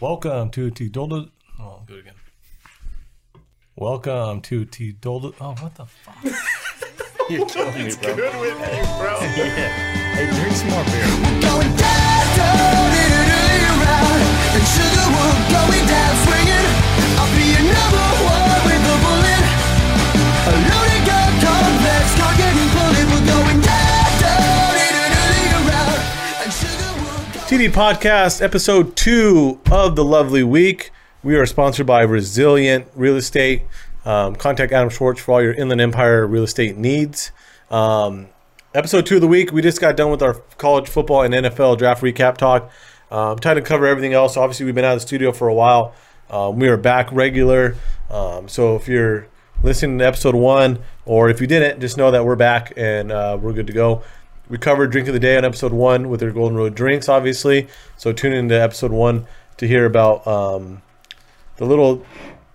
Welcome to Tidolda. Oh, I'll do it again. Welcome to Tidolda. Oh, what the fuck? You're killing me, bro. Good with you, bro. Hey, drink some more beer. Going down, down, diddly around. And sugar, we're going down swinging. I'll be your number one with a bullet. A loaded gun, complex, targeting bullet. We're going down, down, diddly around. And sugar, we're going TD Podcast, episode two of the lovely week. We are sponsored by Resilient Real Estate. Um, contact Adam Schwartz for all your Inland Empire real estate needs. Um, episode two of the week, we just got done with our college football and NFL draft recap talk. Um, trying to cover everything else. Obviously, we've been out of the studio for a while. Um, we are back regular. Um, so if you're listening to episode one, or if you didn't, just know that we're back and uh, we're good to go. We covered Drink of the Day on episode one with their Golden Road drinks, obviously. So tune into episode one to hear about um, the little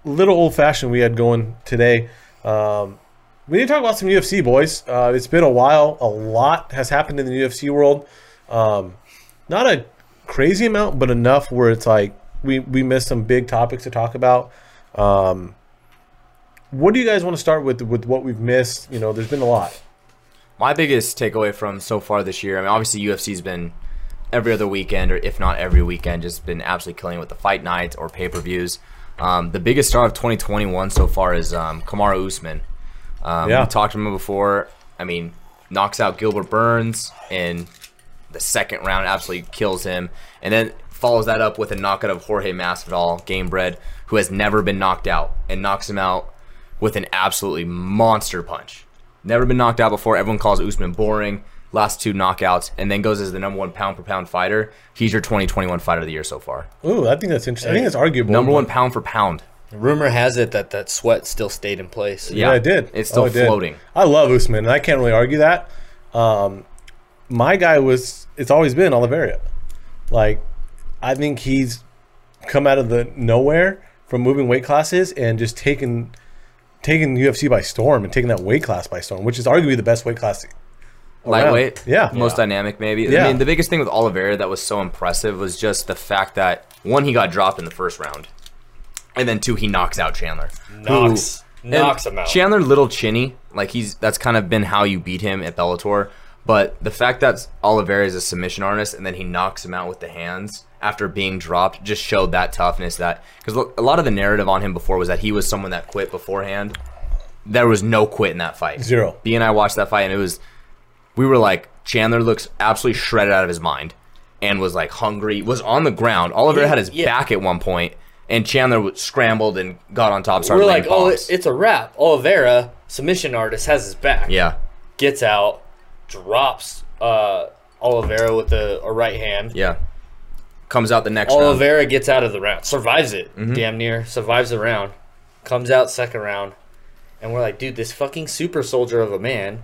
little old fashioned we had going today. Um, we need to talk about some UFC, boys. Uh, it's been a while. A lot has happened in the UFC world. Um, not a crazy amount, but enough where it's like we, we missed some big topics to talk about. Um, what do you guys want to start with with what we've missed? You know, there's been a lot. My biggest takeaway from so far this year, I mean, obviously UFC's been every other weekend, or if not every weekend, just been absolutely killing it with the fight nights or pay per views. Um, the biggest star of 2021 so far is um, Kamara Usman. Um, Yeah. We talked to him before. I mean, knocks out Gilbert Burns in the second round, absolutely kills him, and then follows that up with a knockout of Jorge Masvidal, game bred, who has never been knocked out, and knocks him out with an absolutely monster punch. Never been knocked out before. Everyone calls Usman boring. Last two knockouts, and then goes as the number one pound per pound fighter. He's your 2021 fighter of the year so far. Ooh, I think that's interesting. I think that's arguable. Number one pound for pound. Rumor has it that that sweat still stayed in place. Yeah, I did. It's still Oh, I did. floating. I love Usman, and I can't really argue that. Um, my guy was. It's always been Oliveira. Like, I think he's come out of the nowhere from moving weight classes and just taking taking UFC by storm and taking that weight class by storm, which is arguably the best weight class. Oh, lightweight. Yeah. most Yeah. dynamic maybe. Yeah. I mean, the biggest thing with Oliveira that was so impressive was just the fact that one, he got dropped in the first round, and then two, he knocks out Chandler. Knocks- who- knocks and him out. Chandler, little chinny, like he's that's kind of been how you beat him at Bellator. But the fact that Oliveira is a submission artist and then he knocks him out with the hands after being dropped just showed that toughness. That because look, a lot of the narrative on him before was that he was someone that quit beforehand. There was no quit in that fight. Zero. B and I watched that fight, and it was we were like Chandler looks absolutely shredded out of his mind, and was like hungry, was on the ground. Oliver had his yeah. back at one point, and Chandler was scrambled and got on top. Started We're laying like, oh, bombs. it, it's a wrap. Oliveira, submission artist, has his back. yeah, Gets out, drops uh, Oliveira with a, a right hand. yeah. Comes out the next round. Oliveira gets out of the round, survives it, Mm-hmm. damn near survives the round, comes out second round, and we're like, dude, this fucking super soldier of a man,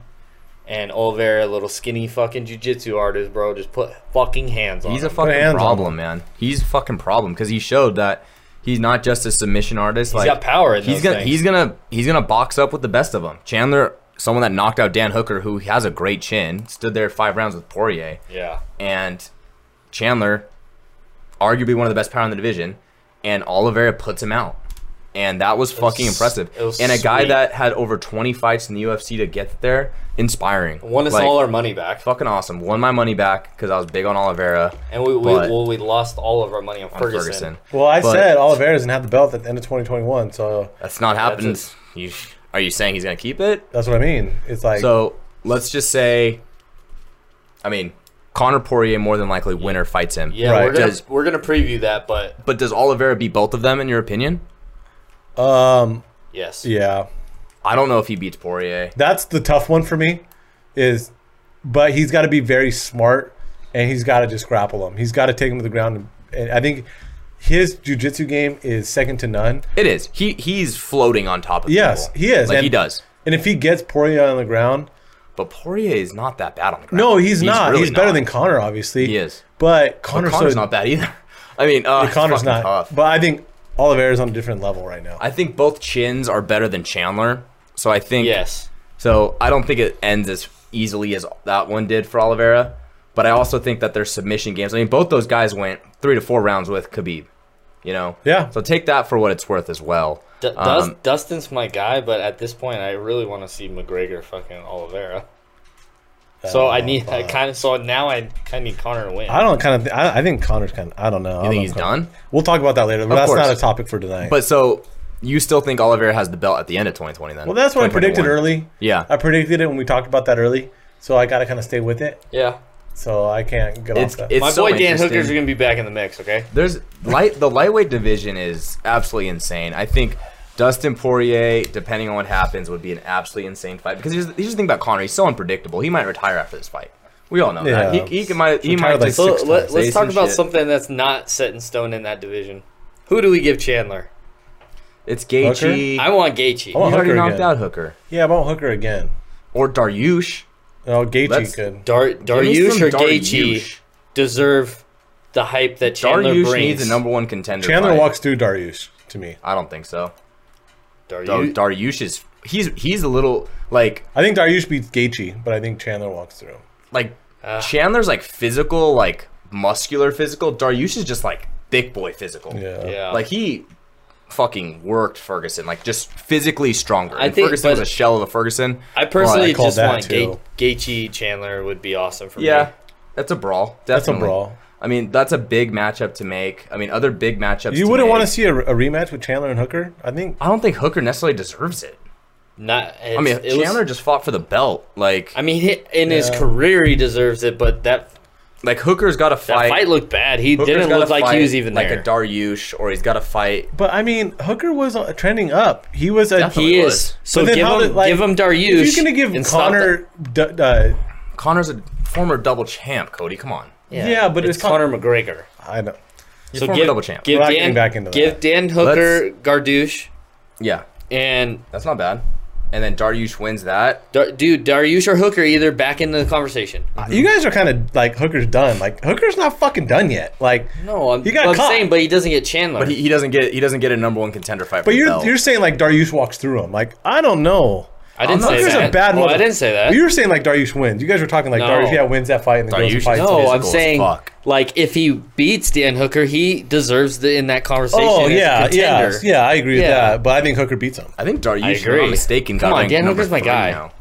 and Oliveira, little skinny fucking jujitsu artist, bro, just put fucking hands on. He's a him. hands on fucking him. problem, man. He's a fucking problem because he showed that he's not just a submission artist. He's like got power in he's those gonna things. he's gonna he's gonna box up with the best of them. Chandler, someone that knocked out Dan Hooker, who has a great chin, stood there five rounds with Poirier. yeah, and Chandler, arguably one of the best power in the division, and Oliveira puts him out. And that was fucking was- impressive. it was And a guy sweet. that had over 20 fights in the UFC to get there, inspiring. won us Like, all our money back, Fucking awesome. Won my money back because I was big on Oliveira and we we, but- well, we lost all of our money on on Ferguson. Ferguson. Well, I But said Oliveira doesn't have the belt at the end of 2021, so that's not happened. That's you, are you saying he's gonna keep it? that's what I mean. It's like So let's just say, I mean, Conor Poirier more than likely winner fights him. Yeah, Right. we're gonna Does- we're gonna preview that, but But does Oliveira beat both of them in your opinion? um, yes, yeah. I don't know if he beats Poirier. that's the tough one for me is but he's got to be very smart and he's got to just grapple him he's got to take him to the ground and i think his jiu-jitsu game is second to none It is. He he's floating on top of Yes, people. he is, Like and- he does. and if he gets poirier on the ground But Poirier is not that bad on the ground. no he's, not really he's better not. than connor obviously He is. but But connor's, Connor's so, not bad either. I mean, uh, connor's not Tough. but i think Oliveira's on a different level right now I think both chins are better than Chandler. So I think yes, So I don't think it ends as easily as that one did for Oliveira. But I also think that their submission games. I mean, both those guys went three to four rounds with Khabib. You know. Yeah. So take that for what it's worth as well. D- Um, Dust, Dustin's my guy, but at this point, I really want to see McGregor fucking Oliveira. So I need, I kind of, so now I kind of need Connor to win. I don't kind of. Th- I, I think Connor's kind of. I don't know. I you don't think know he's if Connor- done? We'll talk about that later. But that's course. not a topic for tonight. But so you still think Oliveira has the belt at the end of 2020 then? well, that's what I predicted 2021. early. Yeah. I predicted it when we talked about that early. So I got to kind of stay with it. yeah, So I can't get It's, off that. it's my so boy Dan interesting. Hooker's gonna be back in the mix. Okay, There's light. The lightweight division is absolutely insane. I think Dustin Poirier, depending on what happens, would be an absolutely insane fight because here's, here's the thing about Connor. He's so unpredictable. He might retire after this fight. We all know Yeah. that. He, he can- might. He Retire might like just six so let, Say let's talk some about shit. something that's not set in stone in that division. Who do we give Chandler? It's Gaethje. I want Gaethje. Oh. He already Hooker knocked again. out Hooker yeah, I won't Hooker again. or Daryush. Oh, Gaethje Let's- could. Dar- Give me Dariush some or Gaethje Dariush. deserve the hype that Chandler Daryush brings. needs a number one contender. Chandler fight. walks through Darius to me. I don't think so. Oh, Dar- Dariush- Daryush is he's he's a little like I think Darius beats Gaethje, but I think Chandler walks through. like Chandler's like physical, like muscular physical. Daryush is just like thick boy physical. Yeah. yeah, Like he fucking worked Ferguson, like just physically stronger. I And think- Ferguson was but- a shell of a Ferguson. I personally I called just that want Ga- too. Gaethje Chandler would be awesome for me. Yeah, that's a brawl. That's a Definitely. brawl. I mean, that's a big matchup to make. I mean, other big matchups. You wouldn't make- want to see a, a rematch with Chandler and Hooker? I think. I don't think Hooker necessarily deserves it. Not. I mean, Chandler Was, just fought for the belt. Like, I mean, he- in his Yeah. career, he deserves it, but that like Hooker's got to that fight. fight looked bad. He Hooker's didn't gotta look like fight he was even like there. a Daryush, or he's got to fight. But I mean, Hooker was uh, trending up. He was a. Definitely. he was. is. But So then give how him, did, like, give him Dariush. If you're gonna give and stop Connor, d- uh, Connor's a former double champ. Cody, come on. the- yeah, yeah, but it's, it's con- Conor McGregor. I don't. So former give double champ. Give We're not Dan getting back into give that. Dan Hooker Gardouche Yeah, and that's not bad. And then Daryush wins that. Dar- dude Dariush or Hooker either back into the conversation. You guys are kind of like Hooker's done. Like Hooker's not fucking done yet. Like No, Oh, I'm, You got but I'm caught. saying, but he doesn't get Chandler. But he, he doesn't get he doesn't get a number one contender But fight. for you're the belt. you're saying like Darius walks through him. Like I don't know. I didn't I'm not- say Hooker's that. a bad well, mother- I didn't say that. You were saying like Darius wins. You guys were talking like No. Darius yeah wins that fight and then goes Dariush and fights. is- No, physical I'm as saying fuck. like if he beats Dan Hooker, he deserves the in that conversation. oh as a yeah, yeah, contender. yeah. I agree with Yeah. that. But I think Hooker beats him. I think Daryush, I if I'm agree. not mistaken, Come got on, ranked Dan number Hooker's my three guy. Now.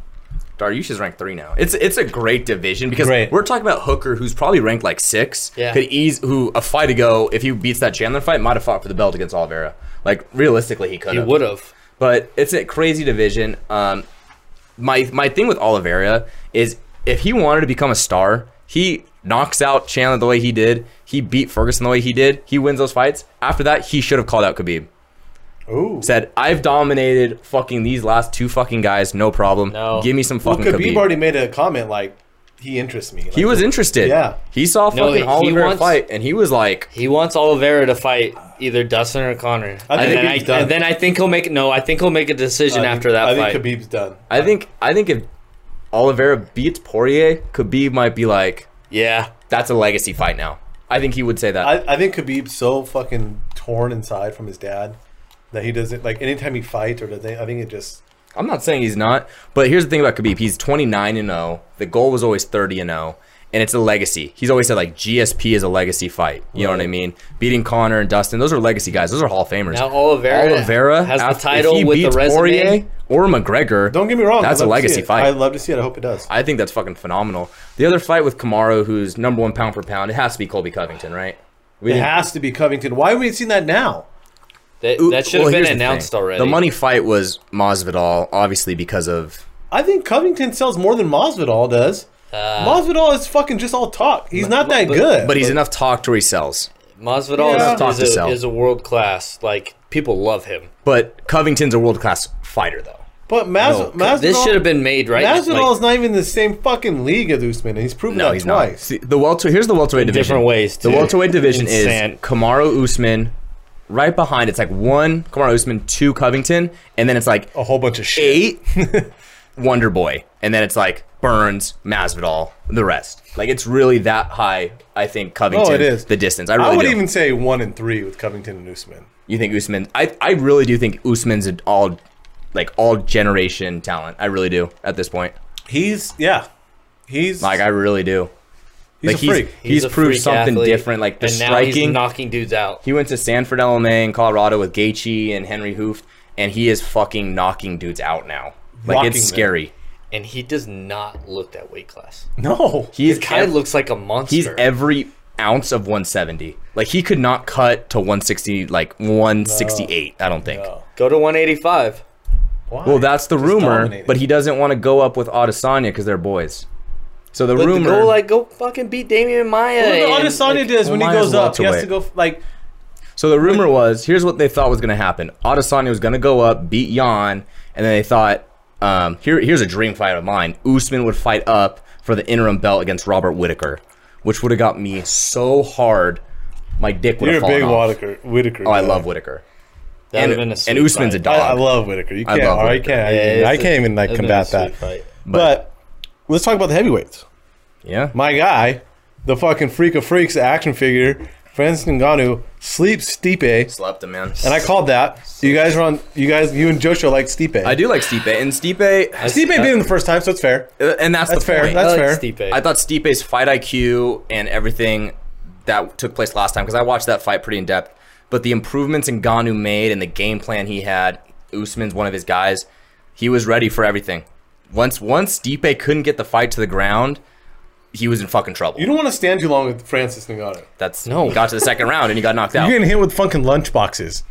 Daryush is ranked three now. It's it's a great division because Great. we're talking about Hooker, who's probably ranked like six. Yeah. Could ease who a fight ago, if he beats that Chandler fight, might have fought for the belt against Oliveira. Like realistically, he could he have. would have. But it's a crazy division. Um, my my thing with Oliveira is if he wanted to become a star, he knocks out Chandler the way he did. He beat Ferguson the way he did. He wins those fights. After that, he should have called out Khabib Ooh. said, "I've dominated fucking these last two fucking guys, no problem. No. Give me some Well, fucking Khabib Khabib." already made a comment like he interests me. Like, he was interested. Yeah. he saw No, fucking he- he Oliver wants- fight, and he was like, He wants Oliveira to fight either Dustin or Connor. I think and, then I, Khabib's done. and then I think he'll make no. I think he'll make a I decision think- after that I fight. think Khabib's done. "I think, I think if Oliveira beats Poirier, Khabib might be like, yeah, that's a legacy fight now." I think he would say that. I, I think Khabib's so fucking torn inside from his dad that he doesn't like anytime he fights or does anything. I think it just I'm not saying he's not, but here's the thing about Khabib. He's 29 and 0. The goal was always 30 and 0, and it's a legacy. He's always said like GSP is a legacy fight. You know what I mean? Beating Connor and Dustin, those are legacy guys. Those are Hall of Famers. Now Oliveira has the after- if title he with the beats resume. or McGregor. don't get me wrong. That's I'd a love to see legacy it. fight. I'd love to see it. I hope it does. I think that's fucking phenomenal. The other fight with Kamaru, who's number one pound for pound, it has to be Colby Covington, right? We It didn't- has to be Covington. Why have we seen that now? that, Ooh, that should well, have here's been the announced thing. already. The money fight was Masvidal, obviously because of I think Covington sells more than Masvidal does. Masvidal is fucking just all talk. He's not that good. Uh, but he's enough talk to where he sells. Masvidal Yeah. is- Talk to is, a, sell. is a world class. Like people love him. But Covington's a world class fighter though. but Mas- Masvidal, this should have been made right. now. Masvidal is not even in the same fucking league as Usman, and he's proven No, that he's not. twice. See, the welter here's the welterweight division. different ways, The too. welterweight division is Insane. Kamaru Usman, right behind. It's like one Kamaru Usman, two Covington, and then it's like A whole bunch of shit. eight Wonder Boy, and then it's like Burns, Masvidal, the rest. Like it's really that high. I think Covington. Oh, it is. the distance. I really I would do. even say one and three with Covington and Usman. You think Usman? I I really do think Usman's an all like all generation talent. I really do at this point. He's yeah, he's Like I really do. He's like a freak. he's, he's, a proved freak something athlete, different. Like the and now he's striking, knocking dudes out. he went to Sanford LMA in Colorado with Gaethje and Henry Hooft, and he is fucking knocking dudes out now. Like Rocking them. it's scary. And he does not look that weight class. No. He's Kind ev- of looks like a monster. he's every ounce of 170. Like he could not cut to 160, like 168. I don't think. No. Go to 185. Why? Well, that's the rumor, dominating. but he doesn't want to go up with Adesanya because they're boys. So the But rumor, go like go fucking beat Damian Maya. Look and, what Adesanya like, does when he Well, mine's goes up. He has to welterweight. go like so the rumor was here's what they thought was going to happen: Adesanya was going to go up, beat Yan, and then they thought, um, here, here's a dream fight of mine: Usman would fight up for the interim belt against Robert Whitaker, which would have got me so hard, my dick would you're a have fallen big off. Whitaker. Whitaker. Oh, I guy. love Whitaker, that and, would've been a and sweet Usman's a fight. dog. I, I love Whitaker. You I can't. love I Whitaker. can't. Yeah, I, it's a- can't even like that'd been a combat that. sweet fight. But let's talk about the heavyweights. yeah, My guy, the fucking freak of freaks action figure, Francis Ngannou, sleeps Stipe, slept him, man. and I called that. You guys are on. You guys, you and Joshua like Stipe. I do like Stipe, and Stipe, Stipe beat him the first time, so it's fair. and that's, That's the fair. Point. That's I fair. like Stipe. I thought Stipe's fight IQ and everything that took place last time because I watched that fight pretty in depth. But the improvements Ngannou made and the game plan he had, Usman's one of his guys. He was ready for everything. Once once Stipe couldn't get the fight to the ground, he was in fucking trouble. You don't want to stand too long with Francis Ngannou. That's no. He got to the second round and he got knocked out. You're getting hit with fucking lunchboxes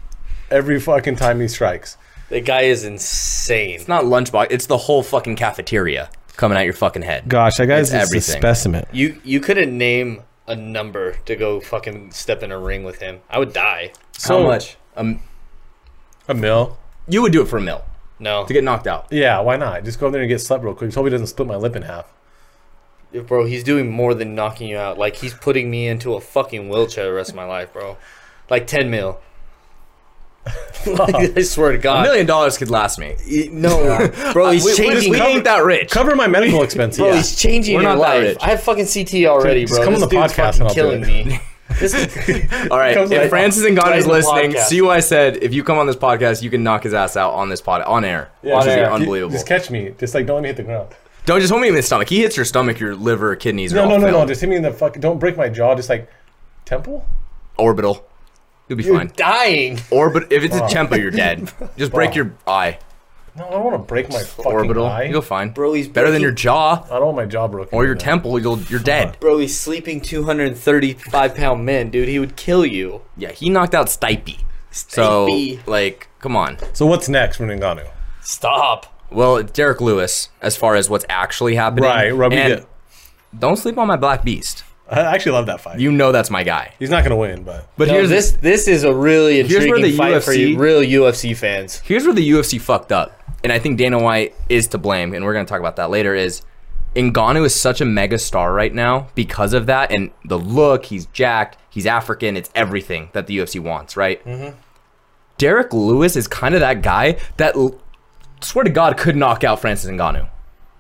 every fucking time he strikes. The guy is insane. It's not lunchbox. It's the whole fucking cafeteria coming at your fucking head. Gosh, that guy's It's just a everything. specimen. You you couldn't name a number to go fucking step in a ring with him. I would die. So much. Um, A mill. you would do it for a mill No, to get knocked out. Yeah, why not? Just go in there and get slept real quick. Just hope he doesn't split my lip in half. bro, he's doing more than knocking you out. Like he's putting me into a fucking wheelchair the rest of my life, bro. Like ten mil. Like, I swear to A God. million dollars could last me. No, Uh, bro, he's we, we- changing. we ain't that rich. Cover my medical expenses. Bro, he's changing We're your not that life. rich. I have fucking CT already, Just bro. come on this the dude's podcast and fucking I'll do killing it. me. This, All right. comes If like- Francis Ngannou is Right, listening, podcast. see why I said if you come on this podcast, you can knock his ass out on this pod on air. Yeah, which Just- is just- unbelievable. Just catch me. Just like don't let me hit the ground. Don't just hold me in the stomach. He hits your stomach, your liver, kidneys. No, are no, all no, no. filled. Just hit me in the fuck. Don't break my jaw. Just like temple. Orbital. You'll be fine. dying. Orbit. If it's a tempo, you're dead. Just break Wow. your eye. No, I don't want to break my fucking Orbital. eye. You'll go fine. Bro, he's better than breaking- your jaw I don't want my jaw broken. or your No. temple. You'll you're dead. Bro, he's sleeping 235 pound men, dude. He would kill you. Yeah, he knocked out Stipe. So Stipe. like, come on. So what's next for Ngannou? Stop. Well, Derek Lewis, as far as what's actually happening. Right, Robbie. And Good. Don't sleep on my black beast. I actually love that fight. You know that's my guy. He's not gonna win, but But No, here's this. this this is a really Here's intriguing where the fight for UFC you, real UFC fans. here's where the UFC fucked up, and I think Dana White is to blame, and we're gonna talk about that later. Is Ngannou is such a mega star right now because of that, and the look he's jacked, he's African, it's everything that the UFC wants, right? Mm-hmm. Derek Lewis is kind of that guy that, l- swear to God, could knock out Francis Ngannou.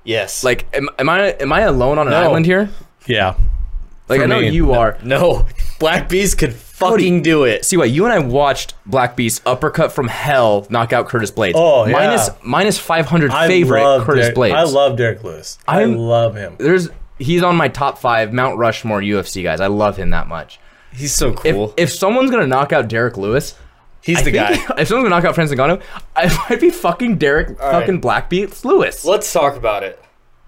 Yes. Like, am, am I am I alone on an No. island here? yeah, Like, For I know me, you are. no, Black Beast could fucking do it. See what you and I watched Black Beast uppercut from hell knock out Curtis Blades. Oh, yeah. Minus- minus 500 favorite love Curtis Derek, Blades. I love Derek Lewis. i I'm- love him. there's he's on my top five Mount Rushmore UFC guys. I love him that much. He's so If cool. if someone's gonna knock out Derek Lewis, He's I the guy. think- If someone's gonna knock out Francis Ngannou, I might be fucking Derek fucking Black Beats Lewis. Let's talk about it.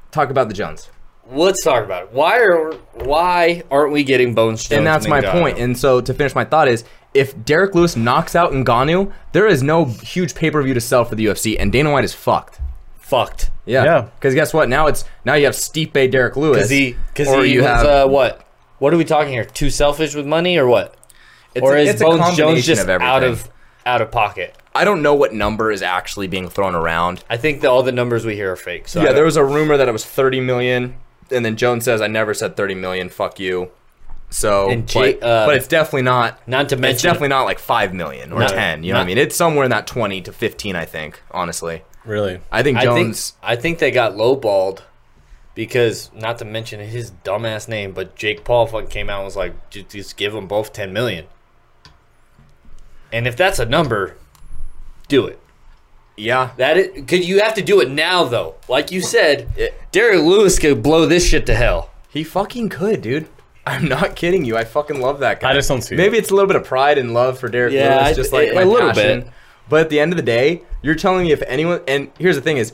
Talk about the Jones, Let's talk about it. Why are why aren't we getting Bones Jones? and that's my Ngannou? point. And so to finish my thought is. If Derek Lewis knocks out Ngannou, there is no huge pay per view to sell for the UFC, and Dana White is fucked. Fucked. Yeah. Yeah. Because guess what? Now it's now you have Stipe, Derek Lewis, Because he because or he you was, have uh, what? What are we talking here? Too selfish with money or what? it's Or a- is it's a Bones Jones combination just of everything. out of out of pocket? I don't know what number is actually being thrown around. I think that all the numbers we hear are fake. So I Yeah, don't- there was a rumor that it was 30 million, and then Jones says, "I never said 30 million. Fuck you." So, And J- but, uh, but it's definitely not. not to It's mention definitely not like five million or Not- ten. You know what I not- mean? It's somewhere in that twenty to fifteen. I think honestly, Really, I think I think Jones. I think they got lowballed because not to mention his dumbass name, but Jake Paul fucking came out and was like, "Ju- just give them both ten million. And if that's a number, do it. yeah, That is, cause you have to do it now though. Like you said, Derek Lewis could blow this shit to hell. He fucking could, dude. I'm not kidding you. I fucking love that guy. I just don't see it. Maybe it's a little bit of pride and love for Derek Yeah, Lewis, I- just like a- my a little passion. bit. But at the end of the day, you're telling me if anyone and here's the thing is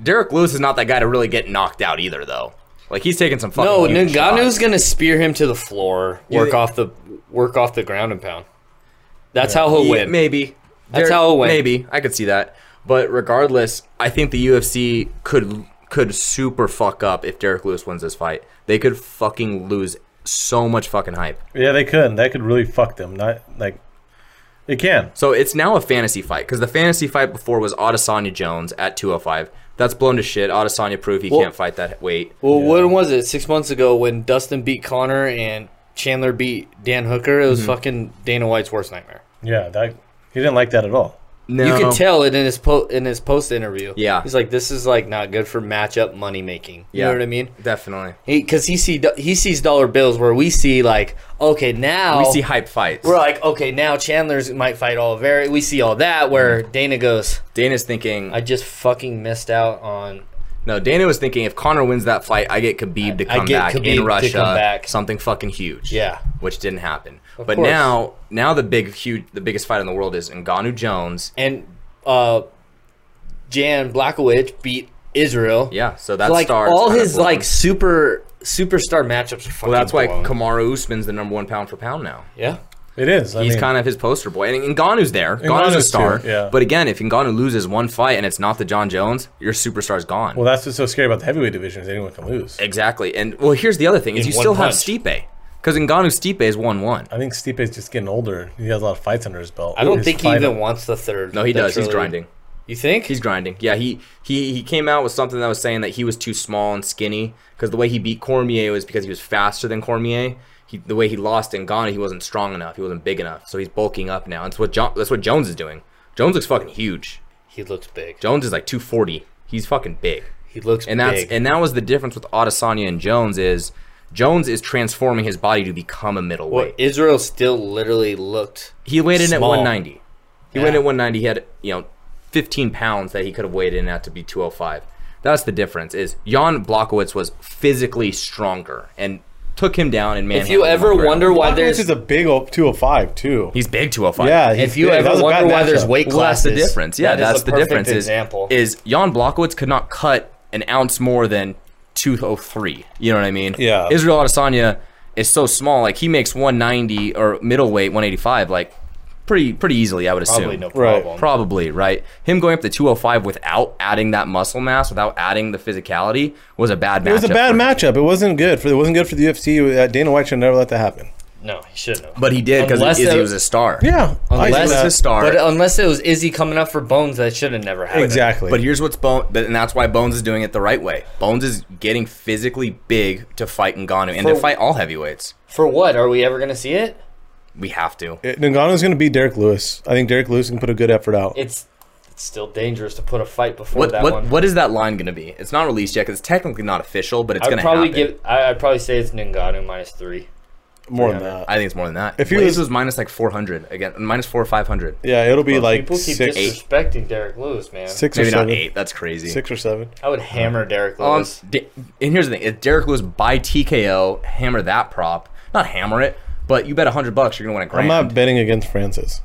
Derek Lewis is not that guy to really get knocked out either though. Like he's taking some fucking No, huge Ngannou's shots. gonna spear him to the floor, You work think- off the work off the ground and pound. That's how he'll Yeah, win. Maybe. That's how it'll win. Maybe. I could see that. But regardless, I think the UFC could could super fuck up if Derek Lewis wins this fight. They could fucking lose so much fucking hype. Yeah, they could. That could really fuck them. Not like they can. So it's now a fantasy fight because the fantasy fight before was Adesanya Jones at 205. That's blown to shit. Adesanya proved he Well- can't fight that weight. Well, when was it? Six months ago when Dustin beat Connor and Chandler beat Dan Hooker. It was Mm-hmm. fucking Dana White's worst nightmare. Yeah, that he didn't like that at all. No. You could tell it in his po- in his post interview. Yeah. he's like, this is like not good for matchup money making. You Yeah. know what I mean? Definitely. Because he, see he sees dollar bills where we see like okay now We see hype fights. we're like okay now Chandler's might fight Oliveira. We see all that where Mm-hmm. Dana goes. Dana's thinking. I just fucking missed out on. no, Dana was thinking if Connor wins that fight, I get Khabib to I come get back Khabib to in come Russia. back. Something fucking huge. Yeah. Which didn't happen. but course. now, now the big, huge, the biggest fight in the world is Ngannou Jones. And uh, Jan Blackowicz beat Israel. Yeah. So that like starts all kind of his blowing. like super superstar matchups. Are fucking Well, that's why blown. Kamaru Usman's the number one pound for pound now. yeah. It is. I He's mean, kind of his poster boy. And Ngannou's there. Ngannou's a Ngannou's star. too, yeah. But again, if Ngannou loses one fight and it's not the John Jones, your superstar's gone. well, that's what's so scary about the heavyweight division is anyone can lose. exactly. And well, here's the other thing is In you one still have punch. Stipe. Because Ngannou Stipe is 1 1. I think Stipe's just getting older. He has a lot of fights under his belt. I don't His think he fight- even wants the third. No, he the does. He's trilogy. grinding. You think? He's grinding. Yeah, he, he he came out with something that was saying that he was too small and skinny because the way he beat Cormier was because he was faster than Cormier. He, the way he lost in Ghana, he wasn't strong enough. He wasn't big enough. So he's bulking up now. And that's what jo- that's what Jones is doing. Jones looks fucking huge. he looks big. Jones is like 240. He's fucking big. He looks and that's big. and that was the difference with Adesanya and Jones is Jones is transforming his body to become a Well, middleweight. Israel still literally looked. he weighed in at small. 190. He weighed in Yeah. at 190. He had you know 15 pounds that he could have weighed in at to be 205. That's the difference. Is Jan Blokowicz was physically stronger and took him down and man. If you ever wonder why This there's, is a big old 205 too. he's big 205. yeah. he's oh if you big. That was ever a bad wonder why there's matchup. weight Well, that's classes, the difference. Yeah, that is that's a the perfect difference. Is, Example is Jan Blokowicz could not cut an ounce more than 203. You know what I mean? Yeah. Israel Adesanya is so small. Like he makes 190 or middleweight 185. Like pretty pretty easily, I would assume. probably no Right. problem. Probably right. Him going up to 205 without adding that muscle mass, without adding the physicality, was a bad matchup. It was a bad for him. matchup. It wasn't good for. It wasn't good for the UFC. Uh, Dana White should never let that happen. no, he shouldn't. Have. But he did because Unless he, that- was a star. Yeah. I see Unless that. he's a star. but unless it was Izzy coming up for bones, that should have never happened. exactly. But here's what's Bones, and that's why Bones is doing it the right way. Bones is getting physically big to fight Ngannou and to For- fight all heavyweights. For what are we ever gonna see it? We have to. Uh, Ngannou's going to beat Derek Lewis. I think Derek Lewis can put a good effort out. It's it's still dangerous to put a fight before What that what one. what is that line going to be? It's not released yet 'cause it's technically not official, but it's I going would to probably happen. give. I, I'd probably say it's Ngannou minus three. More than Yeah, that. I think it's more than that. If If he Blaze was- was, minus like 400 again, minus four or 500, yeah, it'll be like People keep six, disrespecting Derek Lewis, man. six or maybe not seven. eight. That's crazy. Six or seven. I would hammer Derek Um, Lewis. D- and here's the thing: if Derek Lewis by TKO, hammer that prop, not hammer it, but you bet 100 bucks you're going to win a I'm grand. not betting against Francis.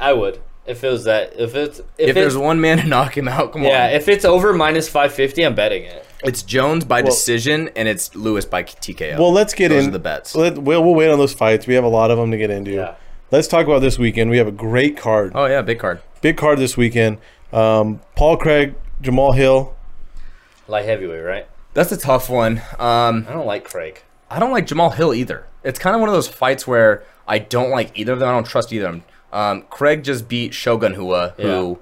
I would if it was that. If it's if, if it's, there's one man to knock him out, come on. yeah, if it's over minus five fifty, I'm betting it. It's Jones by decision and it's Lewis by TKO. Well, let's get Those in are the bets. Let, we'll, we'll wait on those fights. We have a lot of them to get into. Yeah. Let's talk about this weekend. We have a great card, oh yeah, big card. big card this weekend. Um, Paul Craig, Jamal Hill. Light heavyweight, right? That's a tough one. Um, I don't like Craig. I don't like Jamal Hill either. It's kind of one of those fights where I don't like either of them. I don't trust either of them. Um, Craig just beat Shogun Hua, who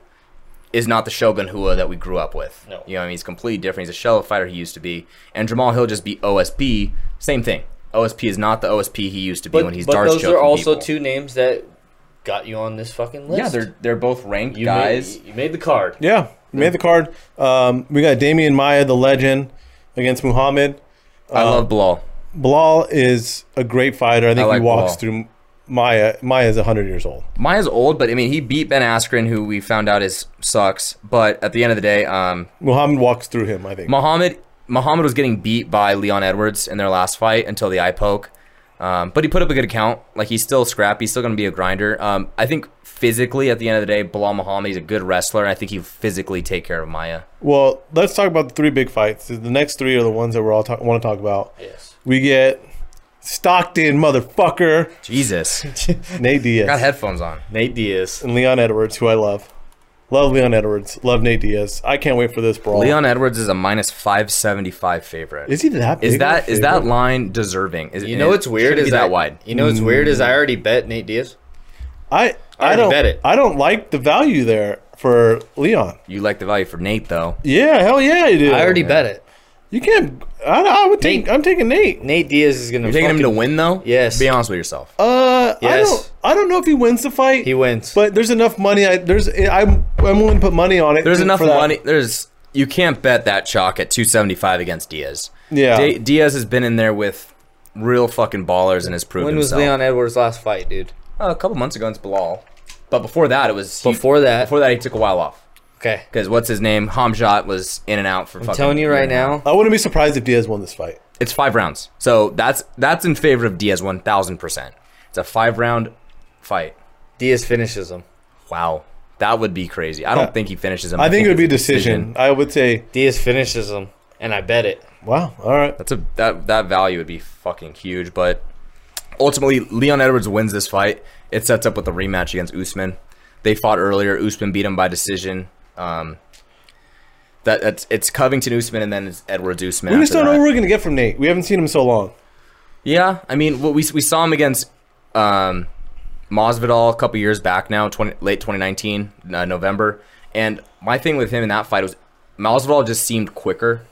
is not the Shogun Hua that we grew up with. No. You know, what I mean, he's completely different. He's a shell fighter he used to be. And Jamal Hill just beat OSP. Same thing. OSP is not the OSP he used to be But, when he's but darts those are choking also people. two names that got you on this fucking list. Yeah, they're they're both ranked you guys. Made, you made the card. Yeah, we made the card. Um, we got Damian Maya, the legend, against Muhammad. I Uh, love Bilal. Bilal is a great fighter. I think like he walks Bilal. through Maya. Maya is 100 years old. Maya's old, but I mean he beat Ben Askren, who we found out is sucks. But at the end of the day, um, Muhammad walks through him, I think. Muhammad Muhammad was getting beat by Leon Edwards in their last fight until the eye poke. Um, but he put up a good account. Like he's still scrappy, he's still going to be a grinder. Um, I think physically, at the end of the day, Bilal Muhammad is a good wrestler. And I think he physically take care of Maya. Well, let's talk about the three big fights. The next three are the ones that we're all talk- want to talk about. Yes. We get Stockton, motherfucker, Jesus, Nate got Diaz, headphones on. Nate Diaz. and Leon Edwards, who I love. Love Leon Edwards. Love Nate Diaz. I can't wait for this brawl. Leon Edwards is a minus five seventy five favorite. is he that? Big Is of a that is favorite? that line deserving? Is, You know what's weird is is that I- wide? Mm. You know what's weird is I already bet Nate Diaz. I I I, already don't bet it. I don't like the value there for Leon. You like the value for Nate though. Yeah, hell yeah, you do. I already bet it. You can't. I, I would take. Nate. I'm taking Nate. Nate Diaz is gonna. You're taking him to fucking- win though. Yes. Be honest with yourself. Uh, I Yes. don't. I don't know if he wins the fight. He wins. But there's enough money. I there's I'm I'm willing to put money on it. There's for enough that. money. There's you can't bet that chalk at 275 against Diaz. Yeah. Da- Diaz has been in there with real fucking ballers and has proven when was himself. Leon Edwards' last fight, dude? Uh, a couple months ago against Bilal, but before that it was he- Before that- Before that he took a while off Okay. because what's his name Hamjat was in and out for. I'm telling you right now, I wouldn't be surprised if Diaz won this fight. it's five rounds. So that's that's in favor of Diaz 1000. percent It's a five round fight. Diaz finishes him. Wow, that would be crazy. I don't think he finishes him. I, think, it would be a it's decision. I would say, Diaz finishes him, and I bet it. wow, all right. That's a that that value would be fucking huge, but ultimately Leon Edwards wins this fight. It sets up with a rematch against Usman. They fought earlier. Usman beat him by decision. Um, that that's it's Covington Usman and then it's Edwards Usman. We just after don't know that. what we're gonna get from Nate. We haven't seen him so long. Yeah, I mean, well, we we saw him against um, Masvidal a couple years back now, 20, late 2019, uh, November. And my thing with him in that fight was Masvidal just seemed quicker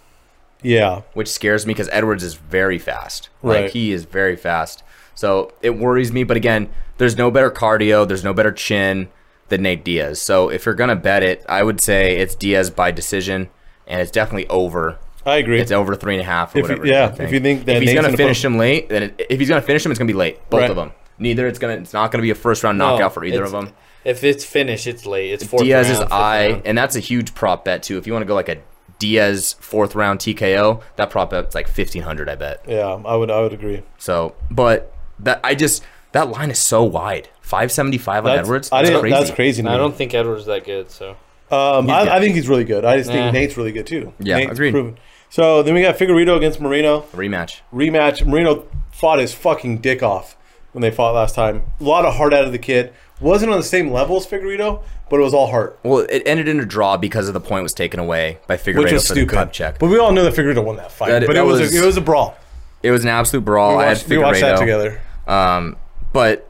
Yeah, which scares me because Edwards is very fast. Right. Like he is very fast. So it worries me. But again, there's no better cardio, there's no better chin than Nate Diaz. So if you're gonna bet it, I would say it's Diaz by decision, and it's definitely over. I agree. It's over three and a half or If you- whatever. yeah, I if you think that if he's Nate's gonna, gonna finish put- him late, then it, if he's gonna finish him, it's gonna be late. Both Right. of them. Neither it's gonna it's not gonna be a first round knockout No, for either of it's- them. If it's finished, it's late. It's fourth Diaz's round, fifth eye, round. and that's a huge prop bet too. If you want to go like a Diaz fourth round TKO, that prop bet's like fifteen hundred. I bet. yeah, I would I would agree. So, but that I just that line is so wide. Five seventy five on That's, Edwards. I That's didn't, crazy. That's crazy. To I me. don't think Edwards that good, so Um, He's good. I, I think he's really good. I just think Nah. Nate's really good too. Yeah, Nate's agreed. So then we got Figueredo against Marino Rematch. rematch. Marino fought his fucking dick off when they fought last time. A lot of heart out of the kid. Wasn't on the same level as Figueredo, but it was all heart, Well, it ended in a draw because of the point was taken away by Figueredo which was for stupid. the cup check. But we all know that Figueredo won that fight. That- but that it was, was- a, it was a brawl. It was an absolute brawl. We I had watched, we watched that Figueredo. together. Um, but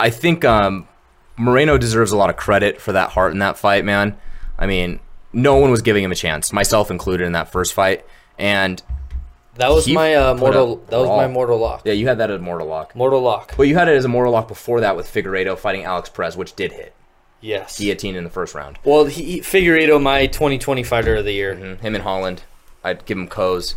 I think um, Moreno deserves a lot of credit for that heart in that fight, man. I mean, no one was giving him a chance, myself included, in that first fight. And that was He my uh, put mortal. up That was raw. my mortal lock. yeah, you had that at Mortal Lock. Mortal lock. Well, you had it as a Mortal Lock before that with Figueredo fighting Alex Perez, which did hit Yes. guillotine in the first round. Well, he, he- Figueredo, my 2020 fighter of the year. him and Holland. I'd give him Co's.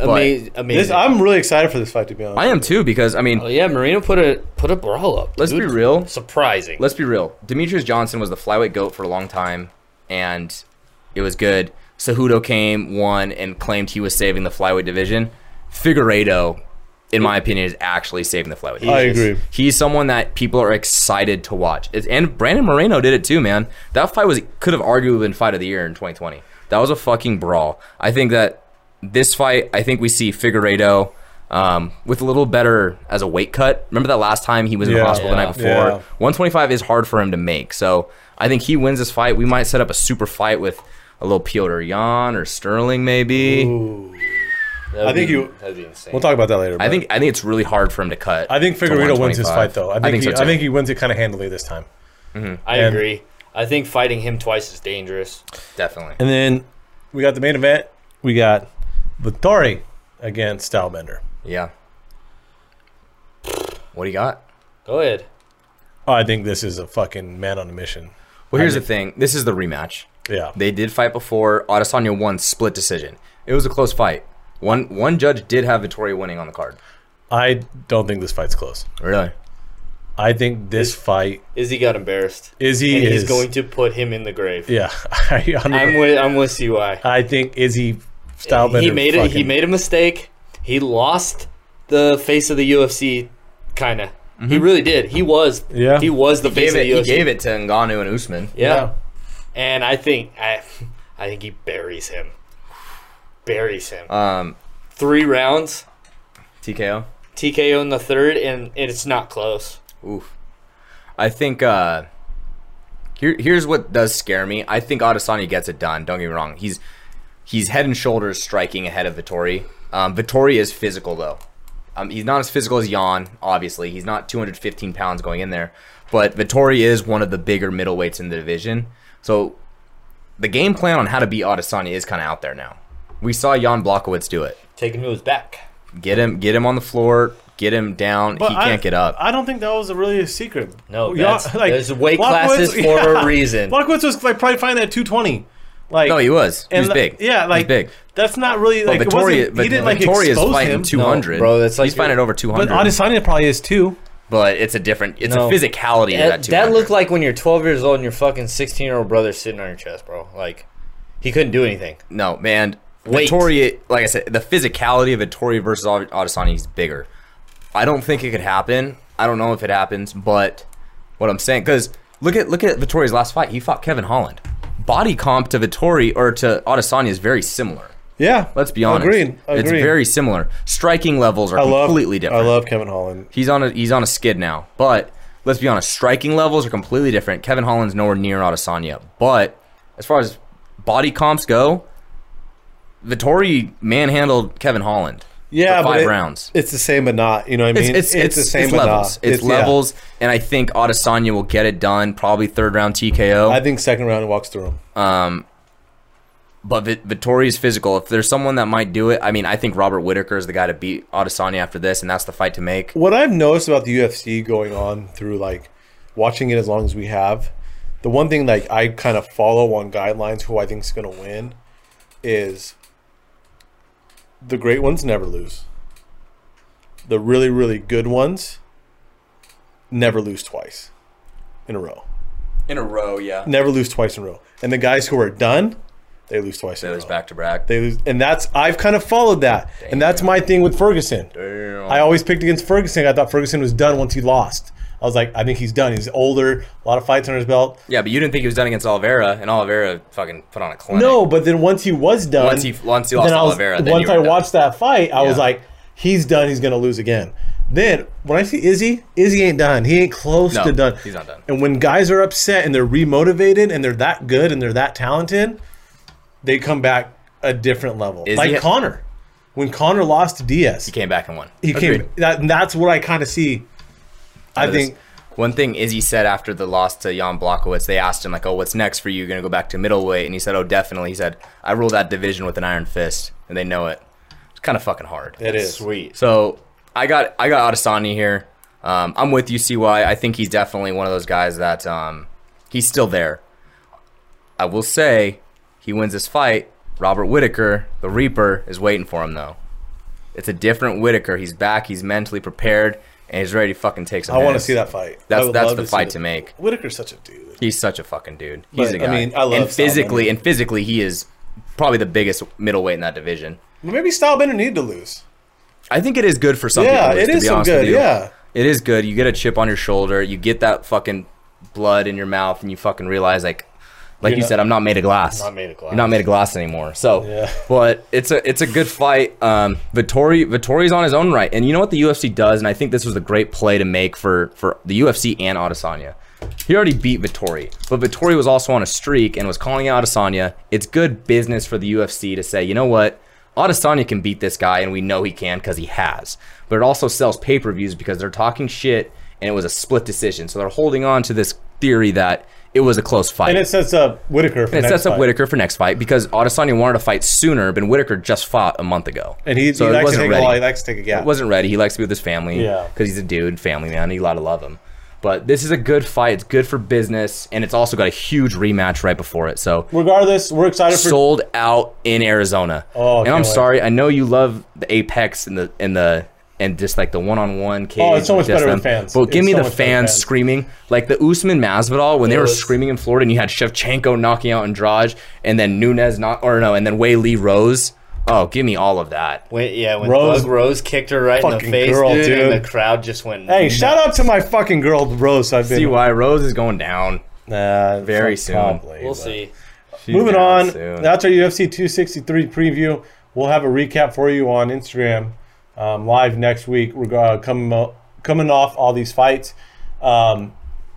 Ama- amazing. This, I'm really excited for this fight, to be honest. I am too because I mean, Oh, yeah, Marino put a put a brawl up. let's be dude. real. Surprising. Let's be real. Demetrius Johnson was the flyweight goat for a long time, and it was good. Cejudo came, won, and claimed he was saving the flyweight division. Figueredo, in my opinion, is actually saving the flyweight. I division. agree. He's someone that people are excited to watch. It's, and Brandon Moreno did it too, man. That fight was could have arguably been fight of the year in 2020. That was a fucking brawl. I think that this fight, I think we see Figueredo um, with a little better as a weight cut. Remember that last time he was in Yeah. the hospital the night before? Yeah. 125 is hard for him to make. So I think he wins this fight. We might set up a super fight with a little Piotr Jan or Sterling maybe. That'd I think be- you- That'd be insane. We'll talk about that later. I but- think I think it's really hard for him to cut. I think to Figueredo wins his 125. fight, though. I think, he, so, I too. think he wins it kind of handily this time. I and- agree. I think fighting him twice is dangerous. definitely. And then we got the main event. We got Vittori against Stylebender. Yeah. What do you got? Go ahead. I think this is a fucking man on a mission. Well, here's the thing. This is the rematch. Yeah. They did fight before. Adesanya won split decision. It was a close fight. One one judge did have Vittoria winning on the card. I don't think this fight's close. Really? I think this fight, Izzy got embarrassed. Izzy and is he's going to put him in the grave. Yeah, I, I'm with I'm with CY. I think Izzy style bender. he made it. He fucking- made a mistake. He lost the face of the UFC, kind of. He really did. He was. Mm-hmm. Yeah. He was the face Gave of it, the he UFC. gave it to Ngannou and Usman. Yeah. Yeah. And I think I, I think he buries him. Buries him. Um, Three rounds, TKO. TKO in the third, and it's not close. Oof. I think uh here here's what does scare me. I think Adesanya gets it done. Don't get me wrong. He's he's head and shoulders striking ahead of Vittori. Um, Vittori is physical though. Um, he's not as physical as Jan, obviously. He's not 215 pounds going in there, but Vittori is one of the bigger middleweights in the division. So the game plan on how to beat Adesanya is kind of out there now. We saw Jan Blokowicz do it. Take him to his back. Get him, get him on the floor, get him down. But he I- can't get up. I don't think that was really a secret. No, Y'all- that's- there's weight classes for a reason. Blockwoods was like probably fine at two twenty. Like no, he was. He was the- big. Yeah, like He's big. That's not really like But Vittoria, it wasn't, he didn't like Victoria's expose fighting him. 200. No, bro, that's like he's fighting your- at over 200. But But, Adesanya probably is too. it's a different. It's No. a physicality to That, that 200. that looked like when you're 12 years old and your fucking 16 year old brother's sitting on your chest, bro. Like, he couldn't do anything. no man. Wait. Vittoria, like I said, the physicality of Vittoria versus Ad- Adesanya is bigger. I don't think it could happen. I don't know if it happens, but what I'm saying, because look at look at Vittoria's last fight. He fought Kevin Holland. Body comp to Vittoria or to Adesanya is very similar. Yeah, Let's be honest. Agreed. It's Agreed. very similar. Striking levels are I love, completely different. I love Kevin Holland. He's on a he's on a skid now. But let's be honest, striking levels are completely different. Kevin Holland's nowhere near Adesanya. But as far as body comps go, Vittori manhandled Kevin Holland. Yeah, for but five it- rounds. It's the same, but not. You know what I It's mean? it's, it's, the same, it's but levels. not. It's, yeah. levels, and I think Adesanya will get it done. Probably third round TKO. I think second round he walks through him. But Vit- Vittori's physical. If there's someone that might do it, I mean, I think Robert Whitaker is the guy to beat Adesanya after this, and that's the fight to make. what I've noticed about the UFC going on through like watching it as long as we have, the one thing like I kind of follow on guidelines who I think is going to win is the great ones never lose. The really really good ones never lose twice in a row. In a row, yeah. Never lose twice in a row. And the guys who are done, they lose twice in It a was row. back to back. They lose, and that's I've kind of followed that, and that's my thing with Ferguson. I always picked against Ferguson. I thought Ferguson was done once he lost. I was like, I think he's done. He's older, a lot of fights under his belt. Yeah, but you didn't think he was done against Oliveira, and Oliveira fucking put on a clinic. No, but then once he was done, Once he- once he lost then to I was- Oliveira, then once you I were done. watched that fight, I was Yeah. like, he's done. He's gonna lose again. Then when I see Izzy, Izzy ain't done. He ain't close No, to done. he's not done. And when guys are upset and they're remotivated and they're that good and they're that talented, they come back a different level. Izzy like ha- Connor, when Connor lost to Diaz, he came back and won. he came. That, and that's what I kind of see. I This- think one thing Izzy said after the loss to Jan Blakowicz, they asked him like, "Oh, what's next for you? You're gonna go back to middleweight?" And he said, "Oh, definitely." He said, "I rule that division with an iron fist, and they know it." It's kind of fucking hard. it is. Sweet. So I got I got Adesanya here. Um, I'm with you, CY. I think he's definitely one of those guys that um, he's still there. I will say, he wins this fight. Robert Whitaker, the Reaper, is waiting for him though. It's a different Whitaker. He's back. He's mentally prepared, and he's ready to fucking take some. I want to hits. see that fight. I That's would that's love the see fight that. to make. Whitaker's such a dude. He's such a fucking dude. He's But, a guy. I mean, I love and Sal physically Bennett. and physically he is probably the biggest middleweight in that division. Maybe Stylebender needed to lose. I think it is good for some Yeah, people. it to is be some honest with good, you. yeah. it is good. You get a chip on your shoulder. You get that fucking blood in your mouth, and you fucking realize like, like you not- said, I'm not made of glass. not made of glass. You're not made of glass anymore. So, Yeah. but it's a it's a good fight. Um, Vittori Vittori's on his own right, and you know what the UFC does, and I think this was a great play to make for for the UFC and Adesanya. He already beat Vittori, but Vittori was also on a streak and was calling out Adesanya. It's good business for the UFC to say, you know what, Adesanya can beat this guy, and we know he can because he has. But it also sells pay per views because they're talking shit, and it was a split decision. So they're holding on to this theory that it was a close fight. And it sets up Whitaker for And next it sets up fight. Whitaker for next fight because Adesanya wanted to fight sooner, but Whitaker just fought a month ago. And he, So he, it likes to wasn't take a ready. lot. He likes to take a gap. It wasn't ready. He likes to be with his family Yeah. because he's a dude, family man. You gotta love him. But this is a good fight. It's good for business, and it's also got a huge rematch right before it. So Regardless, we're excited for. sold out in Arizona. Oh, and can't I'm wait. sorry. I know you love the Apex and the and the and just like the one-on-one cage. Oh, it's so and much just better them. with fans. But give It's me so the much fans, better with fans. screaming like the Usman Masvidal when they were was- screaming in Florida, and you had Shevchenko knocking out Andrade, and then Nunez not or no, and then Wei Lee Rose. Oh, give me all of that. When, yeah, when Rose- Thug Rose kicked her right in the Fucking face, girl, dude, and dude. the crowd just went. Hey, shout out to my fucking girl Rose. I've been See why Rose is going down. Nah, Very soon. probably, We'll but- see. She's Moving down on. soon. That's our UFC 263 preview. We'll have a recap for you on Instagram um, live next week. We're uh, coming o- coming off all these fights. Um,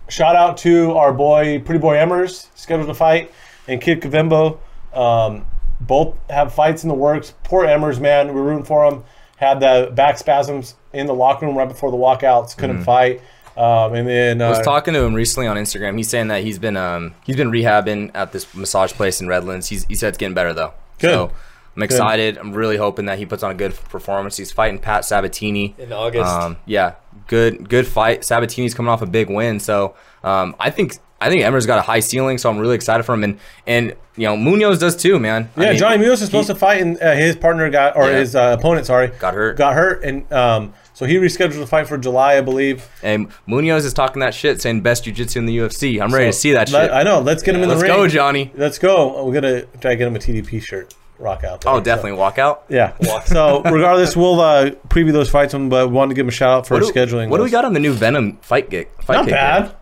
shout out to our boy Pretty Boy Emmers scheduled to fight and Kid Kavimbo. Um, both have fights in the works. Poor Emmers, man. We're rooting for him. Had the back spasms in the locker room right before the walkouts. Couldn't fight. Um, and then uh, I was talking to him recently on Instagram. He's saying that he's been um he's been rehabbing at this massage place in Redlands. He's he said it's getting better though. Good. So I'm excited. I'm really hoping that he puts on a good performance. He's fighting Pat Sabatini. In August. Um, yeah, good good fight. Sabatini's coming off a big win, so um, I think I think Emmer's got a high ceiling. So I'm really excited for him, and and you know Munoz does too, man. I Yeah, mean, Johnny Munoz is supposed to fight, and uh, his partner got or Yeah. his uh, opponent, sorry, Got hurt. Got hurt, and um, so he rescheduled the fight for July, I believe. And Munoz is talking that shit, saying best jujitsu in the UFC. I'm ready to see that Let- shit. I know. Let's get him in Let's the ring. go, Johnny. Let's go. We're gonna try to get him a TDP shirt. Rock out. there. Oh, So, definitely walk out. yeah. so regardless, we'll uh, preview those fights, on, but we wanted to give him a shout out for What do, scheduling. What do we those. got on the new Venom fight gig? Fight Not kick bad. here?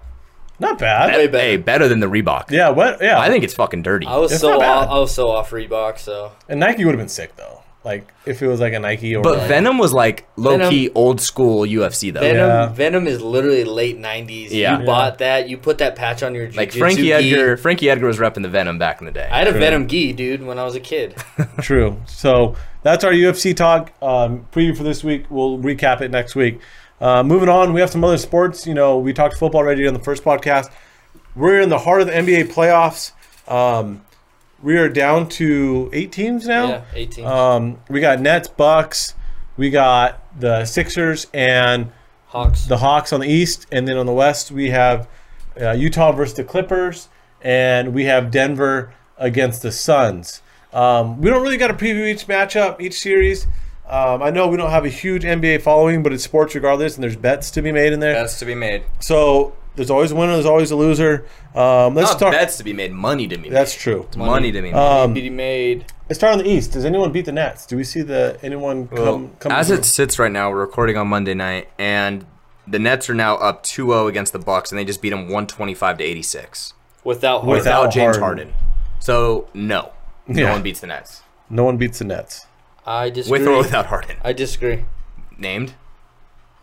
Not bad. Way better. Hey, better than the Reebok. Yeah. What? Yeah. I think it's fucking dirty. I was It's so not bad. off, I was so off Reebok, so and Nike would have been sick though. Like if it was like a Nike or. but like- Venom was like low Venom- key old school UFC though. Venom Yeah. Venom is literally late '90s. Yeah. you bought that. You put that patch on your Like jujitsu Frankie gi. Edgar, Frankie Edgar was repping the Venom back in the day. I had a Venom gi, dude, when I was a kid. True. So that's our UFC talk um, preview for this week. We'll recap it next week. Uh, moving on, we have some other sports. You know, we talked football already on the first podcast. We're in the heart of the NBA playoffs. Um, we are down to eight teams now. yeah, 18. Um, we got Nets, Bucks, we got the Sixers and Hawks. the Hawks on the East, and then on the West we have uh, Utah versus the Clippers, and we have Denver against the Suns. Um, we don't really got to preview each matchup, each series. Um, I know we don't have a huge NBA following, but it's sports regardless, and there's bets to be made in there. bets to be made. So there's always a winner, there's always a loser. Um, let's Not start. bets to be made. Money to be made. That's Uh, true. money, to be made. um, Be made. Let's start on the East. Does anyone beat the Nets? Do we see the anyone come? come As through? it sits right now, we're recording on Monday night, and the Nets are now up 2-0 against the Bucks, and they just beat them 125 to 86 Without Harden. Without- without James Harden. Harden. So no, Yeah. no one beats the Nets no one beats the Nets. I disagree. with or without Harden. I disagree. Named.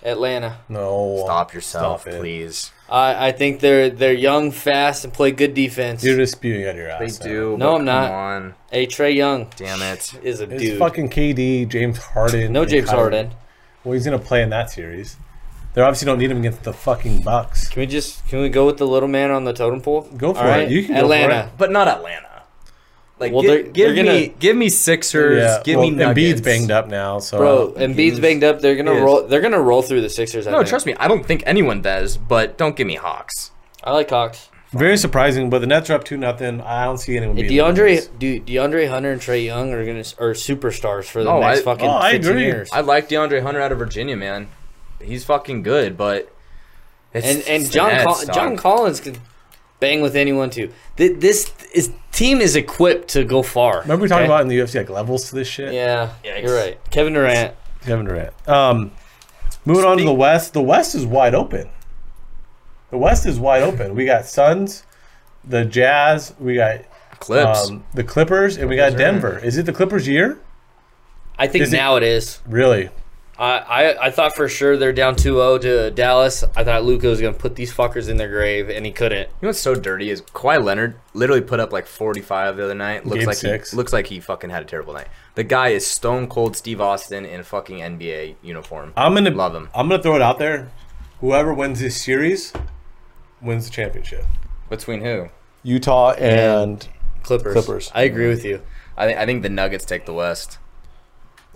Atlanta. No. Stop yourself, Stop it. please. I, I think they're they're young, fast, and play good defense. You're just spewing out your ass. now. No, I'm not. On. hey, Trey Young Damn it. is a It's dude. fucking KD, James Harden. no and James Kyrie. Harden. Well, he's gonna play in that series. They obviously don't need him against the fucking Bucks. Can we just can we go with the little man on the totem pole? Go for it. You can go for Atlanta. it. But not Atlanta. Like Well, gi- they're- give they're me gonna- give me Sixers. give well, me Nuggets. Embiid's banged up now, so Bro, Embiid's banged up. They're gonna Yes. roll. They're gonna roll through the Sixers. I No, think. trust me. I don't think anyone does. But don't give me Hawks. I like Hawks. very surprising. But the Nets are up two nothing. I don't see anyone. Hey, beating the Nets. DeAndre, dude, DeAndre Hunter and Trey Young are gonna s- are superstars for the Oh, next I- fucking oh, I 15 agree. years. I like DeAndre Hunter out of Virginia, man. He's fucking good, but it's, and it's and the John Nets, Col- dog. John Collins can bang with anyone too. Th- This is team is equipped to go far. Remember we talked okay? about in the UFC like levels to this shit. Yeah, Yikes. you're right. Kevin Durant. Kevin Durant. Um, moving on to the West. The West is wide open. The West is wide open. We got Suns, the Jazz. We got Clips. um, the Clippers, and we got Denver. Is it the Clippers' year? I think Is it- now it is. Really? I, I I thought for sure they're down 2-0 to Dallas. I thought Luca was gonna put these fuckers in their grave, and he couldn't. You know what's so dirty is Kawhi Leonard literally put up like 45 the other night. Looks Game like six. he looks like he fucking had a terrible night. The guy is stone cold Steve Austin in a fucking NBA uniform. I'm gonna Love him. I'm gonna throw it out there. Whoever wins this series wins the championship. Between who? Utah and Clippers. Clippers. I agree with you. I think I think the Nuggets take the West.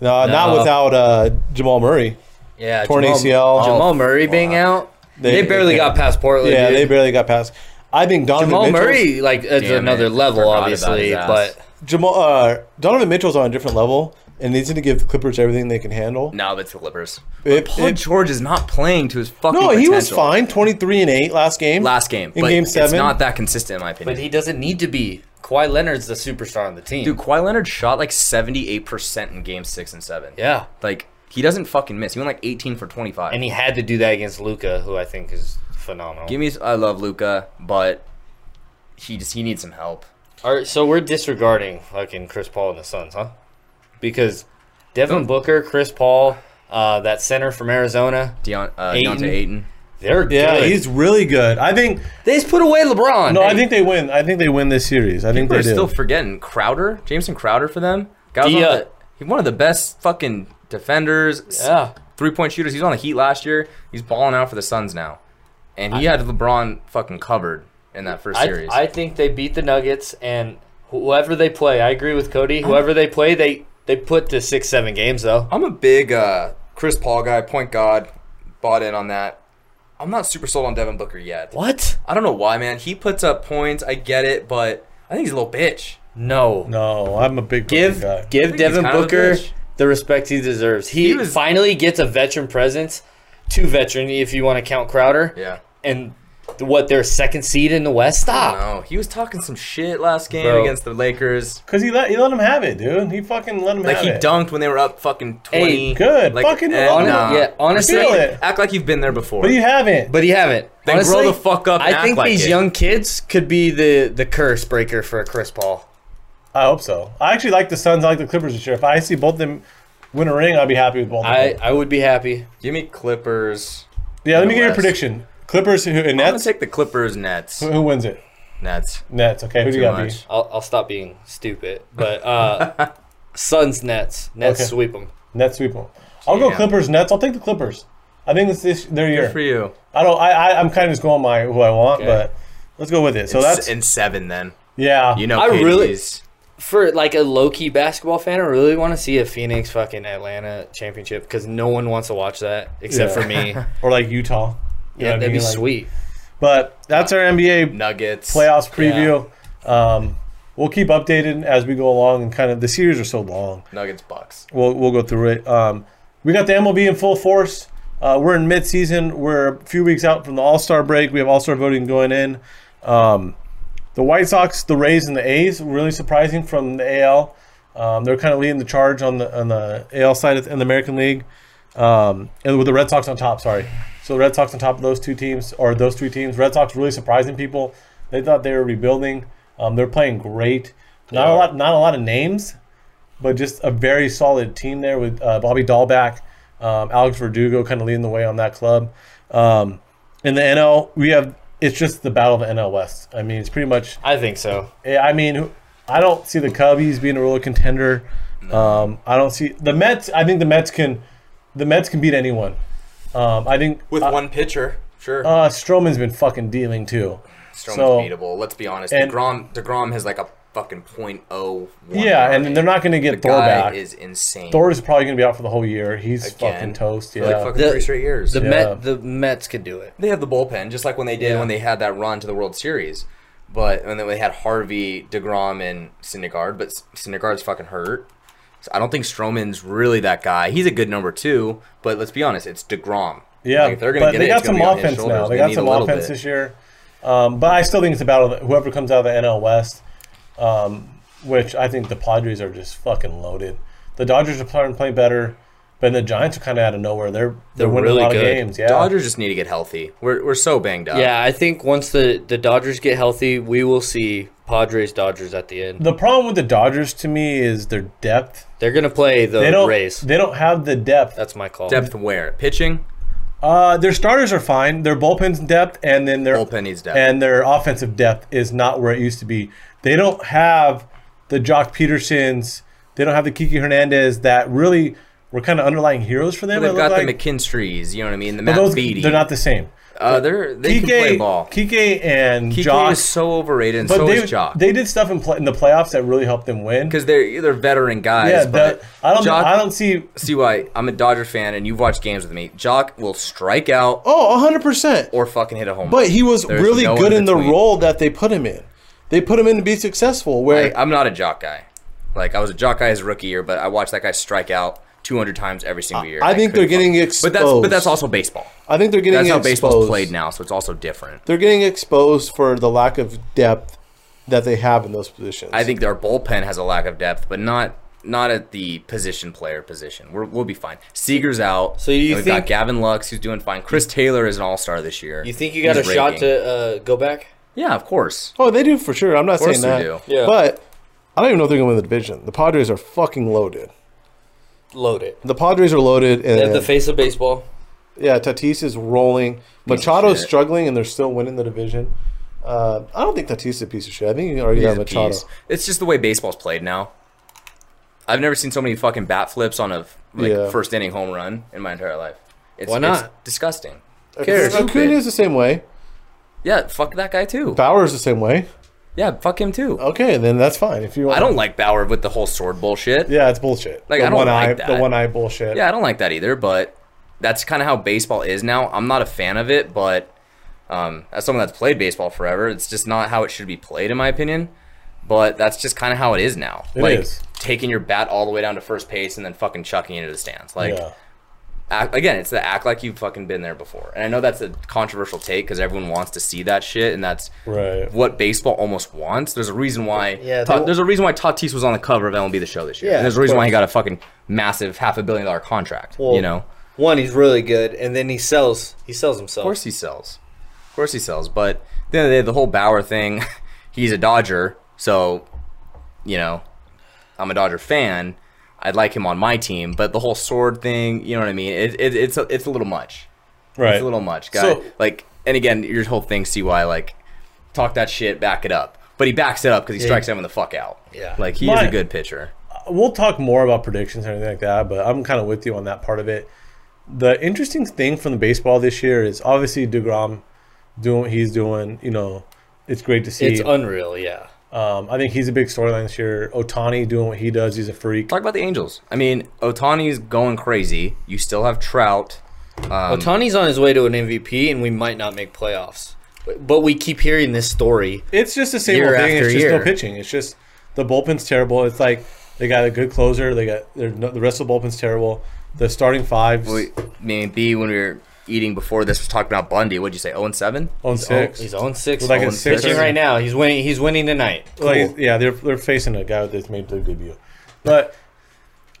no, not No. without uh, Jamal Murray. Yeah, Torn Jamal, ACL. Jamal Murray being out. They, barely got past Portland. Yeah, dude. they barely got past. I think Donovan Jamal Mitchell's- Murray, like, is Damn another it. level, Forgot about obviously. his ass. But Jamal uh, Donovan Mitchell's on a different level. and needs to give the Clippers everything they can handle. No, that's the Clippers. It- Paul it- George is not playing to his fucking no, he was potential. fine. Twenty three and eight last game. Last game, in but game it's seven. not that consistent in my opinion. But he doesn't need to be. Kawhi Leonard's the superstar on the team. Dude, Kawhi Leonard shot like 78% in game six and seven. Yeah. Like, he doesn't fucking miss. He went like 18 for 25. And he had to do that against Luca, who I think is phenomenal. Give me, I love Luca, but he just, he needs some help. All right, so we're disregarding fucking Chris Paul and the Suns, huh? Because Devin Booker, Chris Paul, uh, that center from Arizona, Deon, uh, Ayton. Deontay Ayton. they're Yeah, good. he's really good. I think. they just put away LeBron. No, I Hey, think they win. I think they win this series. I think People they are do. still forgetting Crowder, Jameson Crowder for them. Guy was The, one of uh, the- he's one of the best fucking defenders, Yeah. three point shooters. He was on the Heat last year. He's balling out for the Suns now. And he had LeBron fucking covered in that first I, series. I think they beat the Nuggets and whoever they play. I agree with Cody. Whoever they play, they they put to six, seven games though. I'm a big uh, Chris Paul guy, point guard, bought in on that. I'm not super sold on Devin Booker yet. What? I don't know why, man. He puts up points. I get it, but I think he's a little bitch. No. no, I'm a big Give guy. I give think he's Devin kind of a Booker bitch. the respect he deserves. He, He was- finally gets a veteran presence, two veteran if you want to count Crowder. Yeah. And th- what their second seed in the West? Ah. Stop. No, he was talking some shit last game Bro. against the Lakers. Cause he let he let him have it, dude. He fucking let him Like have he it. dunked when they were up fucking twenty. Hey, good. Fucking eh, love it. nah. Yeah, honestly- Feel it. act like you've been there before. But you haven't. But he haven't. Then grow the fuck up and I act think like these it. young kids could be the the curse breaker for Chris Paul. I hope so. I actually like the Suns. I like the Clippers this year. If I see both of them win a ring, I'd be happy with both. of I them. I would be happy. Give me Clippers. Yeah, let me get your West. prediction. Clippers who, and I'm gonna Nets. take the Clippers Nets. who wins it? Nets. Nets. Okay, who do Too you got? B? much. I'll, I'll stop being stupid. But uh, Suns, Nets, Nets Okay. sweep 'em. sweep them. Nets sweep them. I'll go Yeah. Clippers. Nets. I'll take the Clippers. I think it's this their Good year. for you. I don't. I, I I'm kind of just going my who I want, Okay. but let's go with it. So that's S- in seven then. yeah. You know, I really- KD's For like a low key basketball fan, I really want to see a Phoenix fucking Atlanta championship because no one wants to watch that except Yeah. for me. or like Utah. You know Yeah, what I that'd be mean? Like- sweet. But that's our NBA Nuggets. playoffs preview. Um, we'll keep updated as we go along, and kind of the series are so long. Nuggets Bucks. We'll we'll go through it. Um, we got the MLB in full force. Uh, we're in midseason. We're a few weeks out from the All Star break. We have All Star voting going in. Um, the White Sox, the Rays, and the A's really surprising from the AL. Um, they're kind of leading the charge on the on the AL side of, in the American League, um, and with the Red Sox on top. Sorry, so the Red Sox on top of those two teams or those three teams. Red Sox really surprising people. They thought they were rebuilding. Um, they're playing great. Not a lot, not a lot of names, but just a very solid team there with uh, Bobby Dahlback, um, Alex Verdugo kind of leading the way on that club. Um, in the NL, we have it's just the battle of the NL West. I mean, it's pretty much. I think so. Yeah, I mean, who- I don't see the Cubbies being a real contender. Um, I don't see the Mets. I think the Mets can, the Mets can beat anyone. Um, I think With one pitcher, sure. uh, Stroman's been fucking dealing too. Stroman's So- beatable. Let's be honest. and- Degrom Degrom has like a fucking .01. yeah, and they're not going to The get Thor guy back. is insane. Thor is probably going to be out for the whole year. He's Again. fucking toast. For, Yeah, like fucking The- three straight years. The Yeah. Met, the Mets could do it. they have the bullpen, just like when they did when they had that run to the World Series. But and then they had Harvey, Degrom, and Syndergaard. But S- Syndergaard's fucking hurt. So I don't think Stroman's really that guy. He's a good number two, but let's be honest, it's Degrom. yeah. Like, if they're gonna but get they it, got it's gonna some be on his offense now. shoulders. They They got need a some little offense bit. this year. Um, but I still think it's a battle. That whoever comes out of the NL West, um, which I think the Padres are just fucking loaded. The Dodgers are playing, playing better, but the Giants are kind of out of nowhere. They're they're, winning really a lot good. of games. Yeah, Dodgers just need to get healthy. We're, we're so banged up. Yeah, I think once the the Dodgers get healthy, we will see Padres Dodgers at the end. The problem with the Dodgers to me is their depth. They're gonna play the They don't Rays. they don't have the depth. That's my call. Depth where? Pitching? Uh, their starters are fine. Their bullpen's depth and then their Bullpen needs depth. and their offensive depth is not where it used to be. They don't have the Jock Petersons. They don't have the Kiki Hernandez that really were kind of underlying heroes for them. it They've looked got like. the McKinstries, you know what I mean? The But Matt those- Beattie. they're not the same. uh, they're, they can play ball. Kike and Kike Jock, is so overrated, and but so they, is Jock. they did stuff in, play, in the playoffs that really helped them win. Because they're, they're veteran guys. Yeah, but that, I don't Jock- I don't see. see why I'm a Dodger fan and you've watched games with me. Jock will strike out Oh, 100 percent. or fucking hit a home run. But he was There's really no good in the between. role that they put him in. They put him in to be successful. Where I, am not a Jock guy. Like I was a jock guy his rookie year, but I watched that guy strike out 200 times every single year. I think they're couldn't getting fuck- But that's but exposed. that's also baseball. I think they're getting That's how exposed. baseball's played now, so it's also different. They're getting exposed for the lack of depth that they have in those positions. I think our bullpen has a lack of depth, but not not at the position player position. We're, we'll be fine. Seager's out. So you we've think- got Gavin Lux, who's doing fine. Chris Taylor is an All Star this year. You think you got He's a shot raking. to uh, go back? Yeah, of course. Oh, they do for sure. I'm not course saying that. they do. Yeah. But I don't even know if they're going to win the division. The Padres are fucking loaded. Load it. The Padres are loaded, and They have the face of baseball. yeah, Tatis is rolling. Machado's shit. struggling, and they're still winning the division. Uh, I don't think Tatis is a piece of shit. I think you can argue He's that a Machado. piece. It's just the way baseball's played now. I've never seen so many fucking bat flips on a like, Yeah. first inning home run in my entire life. It's, Why not? It's disgusting. Acuna- Stupid. Acuna is the same way. Yeah, fuck that guy too. Bauer is the same way. Yeah, fuck him too. Okay, then that's fine. If you, I don't like Bauer with the whole sword bullshit. Yeah, it's bullshit. Like, the I don't one like eye, that. the one eye bullshit. Yeah, I don't like that either, but that's kind of how baseball is now. I'm not a fan of it, but um, as someone that's played baseball forever, it's just not how it should be played, in my opinion. But that's just kind of how it is now. It like is. taking your bat all the way down to first base and then fucking chucking it into the stands. Like Yeah. act, again, it's the act like you've fucking been there before. And I know that's a controversial take because everyone wants to see that shit, and that's Right. what baseball almost wants. There's a reason why. Yeah, Ta- they- there's a reason why Tatis was on the cover of MLB The Show this year. Yeah, and there's a of reason why he course. got a fucking massive half a billion dollar contract. Well, you know, of One, he's really good, and then he sells. He sells himself. course he sells. Of course he sells. But at the end of the day, the whole Bauer thing. he's a Dodger, so you know, I'm a Dodger fan. I'd like him on my team, but the whole sword thing, you know what I mean? It, it, it's a, it's a little much. Right. It's a little much, guy. So- like, and again, your whole thing, CY, like, talk that shit, back it up. But he backs it up because he strikes everyone the fuck out. Yeah. Like, he is My- a good pitcher. we'll talk more about predictions and everything like that, but I'm kind of with you on that part of it. The interesting thing from the baseball this year is obviously Degrom doing what he's doing. You know, it's great to see. It's unreal. Yeah. um, I think he's a big storyline this year. Otani doing what he does. He's a freak. Talk about the Angels. I mean, Otani's going crazy. You still have Trout. Um, Otani's on his way to an MVP, and we might not make playoffs. But- But we keep hearing this story. It's just the same Year old thing. after It's just year. no pitching. It's just the bullpen's terrible. It's like they got a good closer. They got they're no, the rest of the bullpen's terrible. The starting fives We, me and B, when we were eating before this, was talking about Bundy. What'd you say, 0 and 7? on six. Oh, He's on six. Like a Owen six pitching or- right now. He's winning. He's winning tonight. Like yeah, they're they're facing a guy that's made their debut, but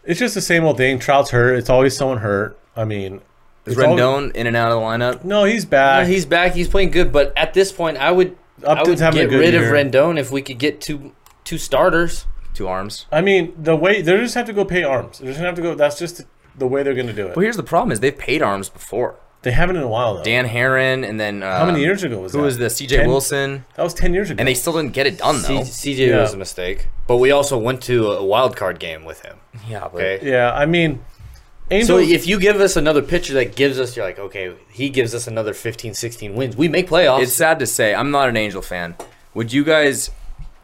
it's just the same old thing. Trout's hurt. It's always someone hurt. I mean, Is it's always- Rendon in and out of the lineup? no, he's back. Yeah, he's back. He's playing good. But at this point, I would I Upton's would having a get good rid year. of Rendon if we could get two two starters. Two arms. I mean, the way they just have to go pay arms. They're just gonna have to go. That's just the, the way they're gonna do it. Well, here's the problem is they've paid arms before. They haven't in a while though. Dan Heron and then... um, How many years ago was Who that? was the CJ Ten- Wilson? That was ten years ago. And they still didn't get it done, C- though. CJ Yeah. was a mistake. But we also went to a wild card game with him. yeah, but... Okay. yeah, I mean, Angels. So if you give us another pitcher that gives us, you're like, okay, he gives us another 15, 16 wins. We make playoffs. It's sad to say, I'm not an Angel fan. Would you guys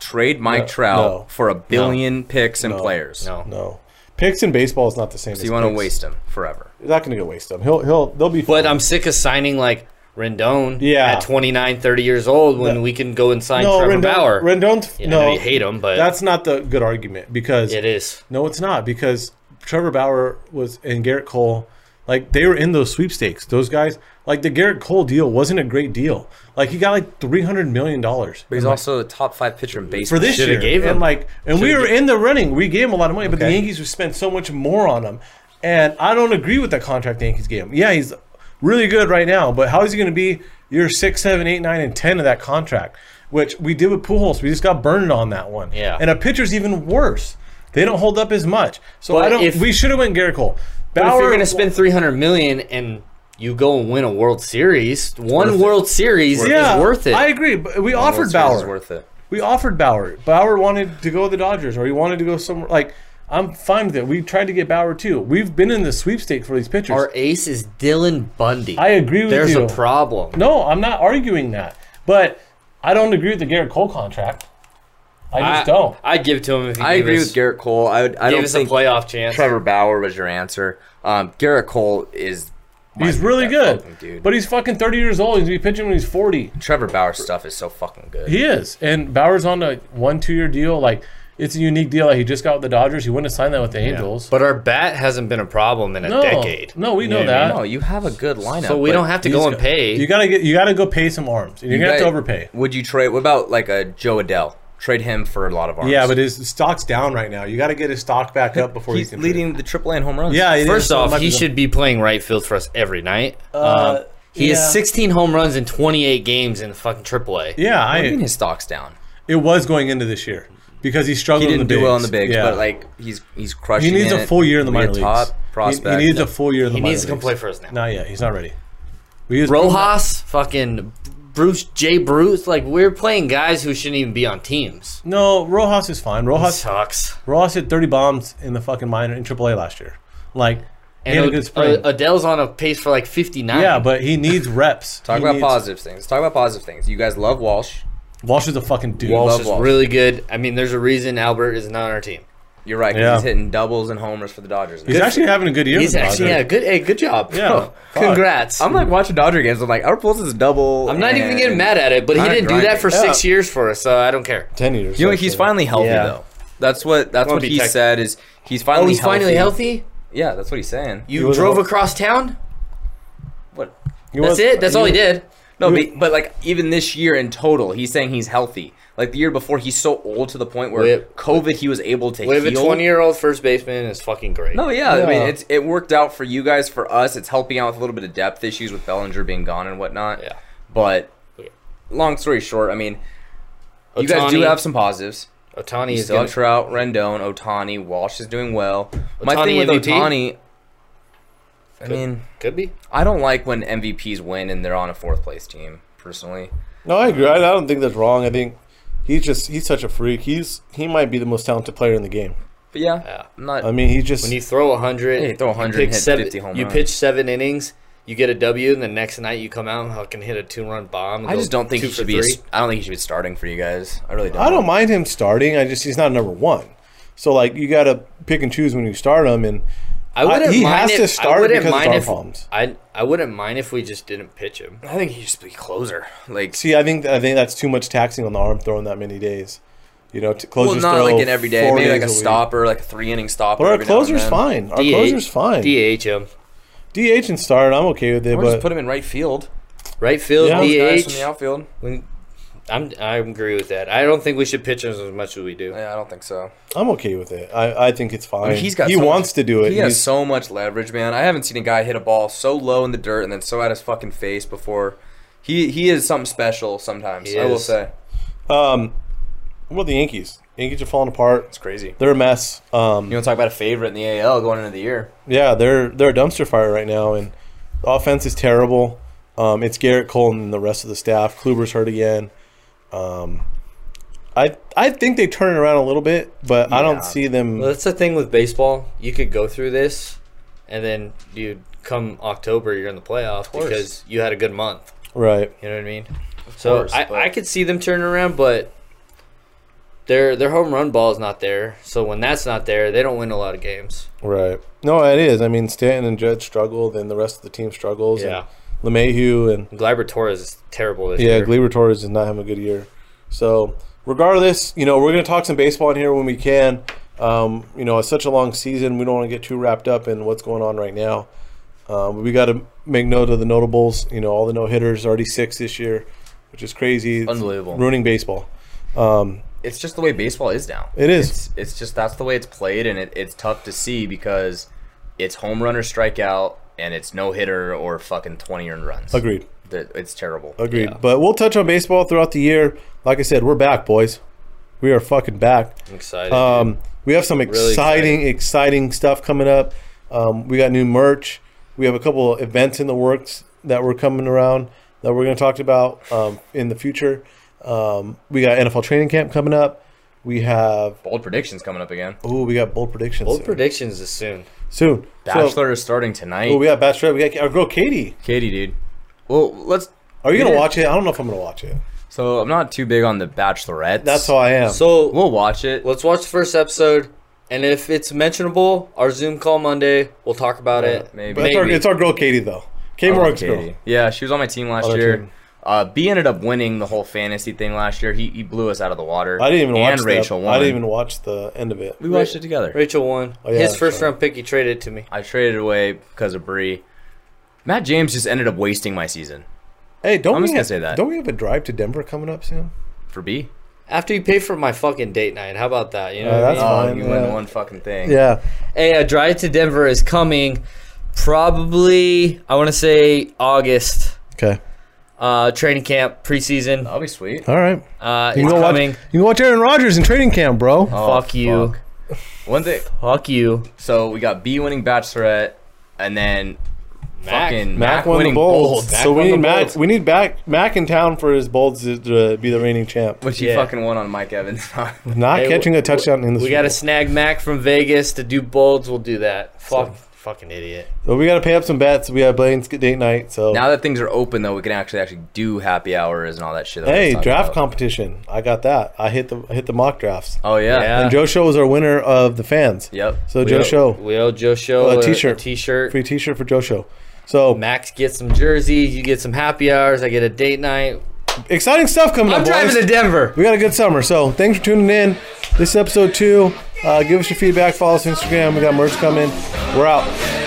trade Mike No, Trout no, for a billion picks and No, players? no. no picks in baseball is not the same. So as you want to picks. waste him forever? You're not gonna go waste them. He'll he'll they'll be. But fine. I'm sick of signing like Rendon Yeah. at 29, 30 years old when No. we can go and sign no Trevor Rendon. Bauer. Rendon. You know, no, you hate him, but that's not the good argument because it is. No, it's not because Trevor Bauer was and Garrett Cole, like they were in those sweepstakes. Those guys, like the Garrett Cole deal, wasn't a great deal. Like he got like three hundred million dollars But he's also the top five pitcher in baseball. for this Should've year. gave him. And like, and we Should've were gi- in the running. We gave him a lot of money, but the Okay. Yankees have spent so much more on him. And I don't agree with the contract the Yankees gave him. Yeah, he's really good right now, but how is he going to be year six, seven, eight, nine, and ten of that contract? Which we did with Pujols. We just got burned on that one. Yeah. And a pitcher's even worse. They don't hold up as much. So But I don't. if- we should have went Garrett Cole. But if Bauer- you're going to spend 300 million and you go and win a World Series, one worth it. World Series yeah, is worth it. I agree. But we offered Bauer is Bauer. worth it. We offered Bauer. Bauer wanted to go to the Dodgers, or he wanted to go somewhere. Like I'm fine with it. We tried to get Bauer too. We've been in the sweepstakes for these pitchers. Our ace is Dylan Bundy. I agree with There's you. a problem. no, I'm not arguing that, but I don't agree with the Garrett Cole contract. I just don't. I'd give it to him if he I gave agree us, with Garrett Cole. I, would, I gave don't us a think playoff chance. Trevor Bauer was your answer. Um, Garrett Cole is. might He's be really that good, fucking dude. but he's fucking 30 years old. He's gonna be pitching when he's 40. Trevor Bauer's stuff is so fucking good. He is, and Bauer's on a one, two year deal. Like It's a unique deal that he just got with the Dodgers. He wouldn't have signed that with the Angels. But our bat hasn't been a problem in a no, decade. no, we know You know what I that. No, you have a good lineup. So we but don't have to go and pay. You gotta get, you gotta go pay some arms. You're gonna have to guys- overpay. Would you trade? What about like a Joe Adele? Trade him for a lot of arms. Yeah, but his stock's down right now. You gotta get his stock back up before he's you can leading the AAA in home runs. Yeah, it First is, so it off, might he be the- should be playing right field for us every night. Uh, um, he yeah. has 16 home runs in 28 games in the fucking AAA. Yeah, I mean I, his stock's down. it was going into this year because he He struggled. didn't in the do bigs. well in the bigs, Yeah. but like he's he's crushing. he needs it. a full year in the He'll be minor a leagues. Top He- prospect. He, needs a full year in the He minor needs to come leagues. play for us now. Not yet. He's not ready. We use Rojas, fucking Bruce J. Bruce. Like we're playing guys who shouldn't even be on teams. No, Rojas is fine. Rojas Sucks. Rojas hit 30 bombs in the fucking minor in AAA last year. Like, he had a And good Ad- spring. Ad- Adele's on a pace for like 59. yeah, but he needs reps. Talk He about needs- positive things. Talk about positive things. You guys love Walsh. Walsh is a fucking dude. Walsh- Walsh love is really good. I mean, there's a reason Albert is not on our team. You're right. 'cause Yeah. He's hitting doubles and homers for the Dodgers. He's actually having a good year. He's with the actually yeah, Dodgers. good. Hey, good job. Yeah, bro. fuck. Congrats. I'm like watching Dodger games. I'm like, our pulls is double. I'm not even and- getting mad at it, but he Kinda didn't do grinding. that for six years for us, so I don't care. 10 years. You know, he's actually. finally healthy Yeah. though. That's what that's Won't what be he tech- said is he's Oh, finally he's finally healthy. Yeah, that's what he's saying. You was drove healthy. across town. what? He That's was- it. That's all he did. No, You- but, but like even this year in total, he's saying he's healthy. Like the year before, he's so old to the point where Whip. COVID, he was able to We have a heal. 20 year old first baseman is fucking great. no, yeah, I mean Yeah. it's it worked out for you guys. For us, it's helping out with a little bit of depth issues with Bellinger being gone and whatnot. Yeah. but long story short, I mean, you guys do Ohtani- have some positives. Otani You is still gonna, have Trout, Rendon, Otani, Walsh is doing well. My Ohtani thing with MVP? Otani, I mean, could be. I don't like when MVPs win and they're on a fourth place team. Personally, No, I agree. I, I don't think that's wrong. I think he's just, he's such a freak. He's, he might be the most talented player in the game. but yeah, Yeah. I'm not. I mean, he just, When you throw 100, Yeah, you throw 100 pick and hit seven- 50 home You runs. pitch seven innings, you get a W, and the next night you come out and fucking hit a two run bomb. and I go just don't think two he for should be. A, three. s- I don't think he should be starting for you guys. I really don't. I don't mind him starting. I just, he's not number one. So, like, you got to pick and choose when you start him. And I wouldn't he has mind if, to I start wouldn't because of mind arm if, problems. I I wouldn't mind if we just didn't pitch him. I think he should be closer. Like, See, I think I think that's too much taxing on the arm throwing that many days. You know, to closers well, not throw like an every day. four Maybe like a days week. stopper, like a three inning stopper. But our every now and closer's then. fine. Our DH closer's fine. DH him. DH and start, I'm okay with it. Or But just put him in right field. Right field, Yeah. Those Guys DH. from the outfield. When- I'm I agree with that. I don't think we should pitch him as much as we do. Yeah, I don't think so. I'm okay with it. I, I think it's fine. I mean, he's got. he so much- wants to do it. He has He's- so much leverage, man. I haven't seen a guy hit a ball so low in the dirt and then so at his fucking face before. He he is something special. Sometimes He I will is. say um, what about the Yankees? Yankees are falling apart. it's crazy. They're a mess. Um, You want to talk about a favorite in the AL going into the year? yeah, they're they're a dumpster fire right now, and the offense is terrible. Um, it's Garrett Cole and the rest of the staff. Kluber's hurt again. Um, I I think they turn it around a little bit, but I Yeah. don't see them. Well, that's the thing with baseball. You could go through this, and then you come October, you're in the playoffs course. because you had a good month. Right. You know what I mean? so course, I, but- I could see them turning around, but their their home run ball is not there. So when that's not there, they don't win a lot of games. Right. No, it is. I mean, Stanton and Judge struggle, then the rest of the team struggles. Yeah. And LeMahieu and Gleyber Torres is terrible this yeah, year. Gleyber Torres did not have a good year. So regardless, you know, we're going to talk some baseball in here when we can. Um, you know, it's such a long season. We don't want to get too wrapped up in what's going on right now. Um, we got to make note of the notables. You know, all the no hitters already six this year, which is crazy. It's Unbelievable. Ruining baseball. Um, It's just the way baseball is now. it is. it's it's just that's the way it's played, and it, it's tough to see because it's home run or strikeout, and it's no hitter or fucking twenty earned runs. Agreed. That- It's terrible. Agreed. But we'll touch on baseball throughout the year. Like I said, we're back, boys. We are fucking back. I'm excited. Um, we have some exciting, exciting, stuff coming up. Um, we got new merch. We have a couple of events in the works that we're coming around that we're going to talk about um, in the future. Um, we got NFL training camp coming up. We have Bold predictions coming up again. oh, we got bold predictions Bold soon. predictions is soon. soon. So, Bachelor is starting tonight. oh, we got Bachelor. We got our girl Katie. Katie, dude. Well, let's. Are you We going to did- watch it? I don't know if I'm going to watch it. So I'm not too big on the Bachelorette. That's how I am. So We'll watch it. let's watch the first episode, and if it's mentionable, our Zoom call Monday, we'll talk about it. maybe. But it's, our, it's our girl Katie though. K Mark's Oh, Katie. girl. Yeah, she was on my team last Other year. team. Uh, B ended up winning the whole fantasy thing last year. He, he blew us out of the water. I didn't even and watch the- Rachel won. I didn't even watch the end of it. we watched it together. Rachel won. Oh, yeah, His first sorry. round pick, he traded to me. I traded away because of Bree. Matt James just ended up wasting my season Hey, don't I'm we just gonna have, say that. Don't we have a drive to Denver coming up soon? for B. After he paid for my fucking date night. How about that? You know Yeah, what I that's mean? Oh, fine, you won yeah. one fucking thing. Yeah, Hey, a drive to Denver is coming. Probably, I want to say August. Okay. Uh, training camp, preseason. That'll be sweet. All right. Uh, You can, it's go watch, coming. you can watch Aaron Rodgers in training camp, bro. Oh, Fuck you. fuck. One thing. Fuck you. So we got B winning Bachelorette, and then fucking Mac, Mac, won the winning bold. Bold, so won we the need Mac. Bolds. We need Mac, Mac in town for his bolds to, to be the reigning champ. which he Yeah. fucking won on Mike Evans. Not Hey, catching w- a touchdown in this. We got to snag Mac from Vegas to do bolds. We'll do that. Fuck. Fucking idiot. So we got to pay up some bets. We have Blaine's date night. So now that things are open, though, we can actually actually do happy hours and all that shit. That we hey, was talking draft about. competition. I got that. I hit the I hit the mock drafts. Oh yeah. Yeah. And Joe Show was our winner of the fans. Yep. So We Joe owe- Show We owe Joe Show Uh, a t-shirt. t-shirt. t-shirt. free T-shirt for Joe Show. So Max gets some jerseys. You get some happy hours. I get a date night. exciting stuff coming I'm up. boys. driving to Denver. we got a good summer. So thanks for tuning in. This is episode two. Uh, give us your feedback. Follow us on Instagram. We got merch coming. We're out.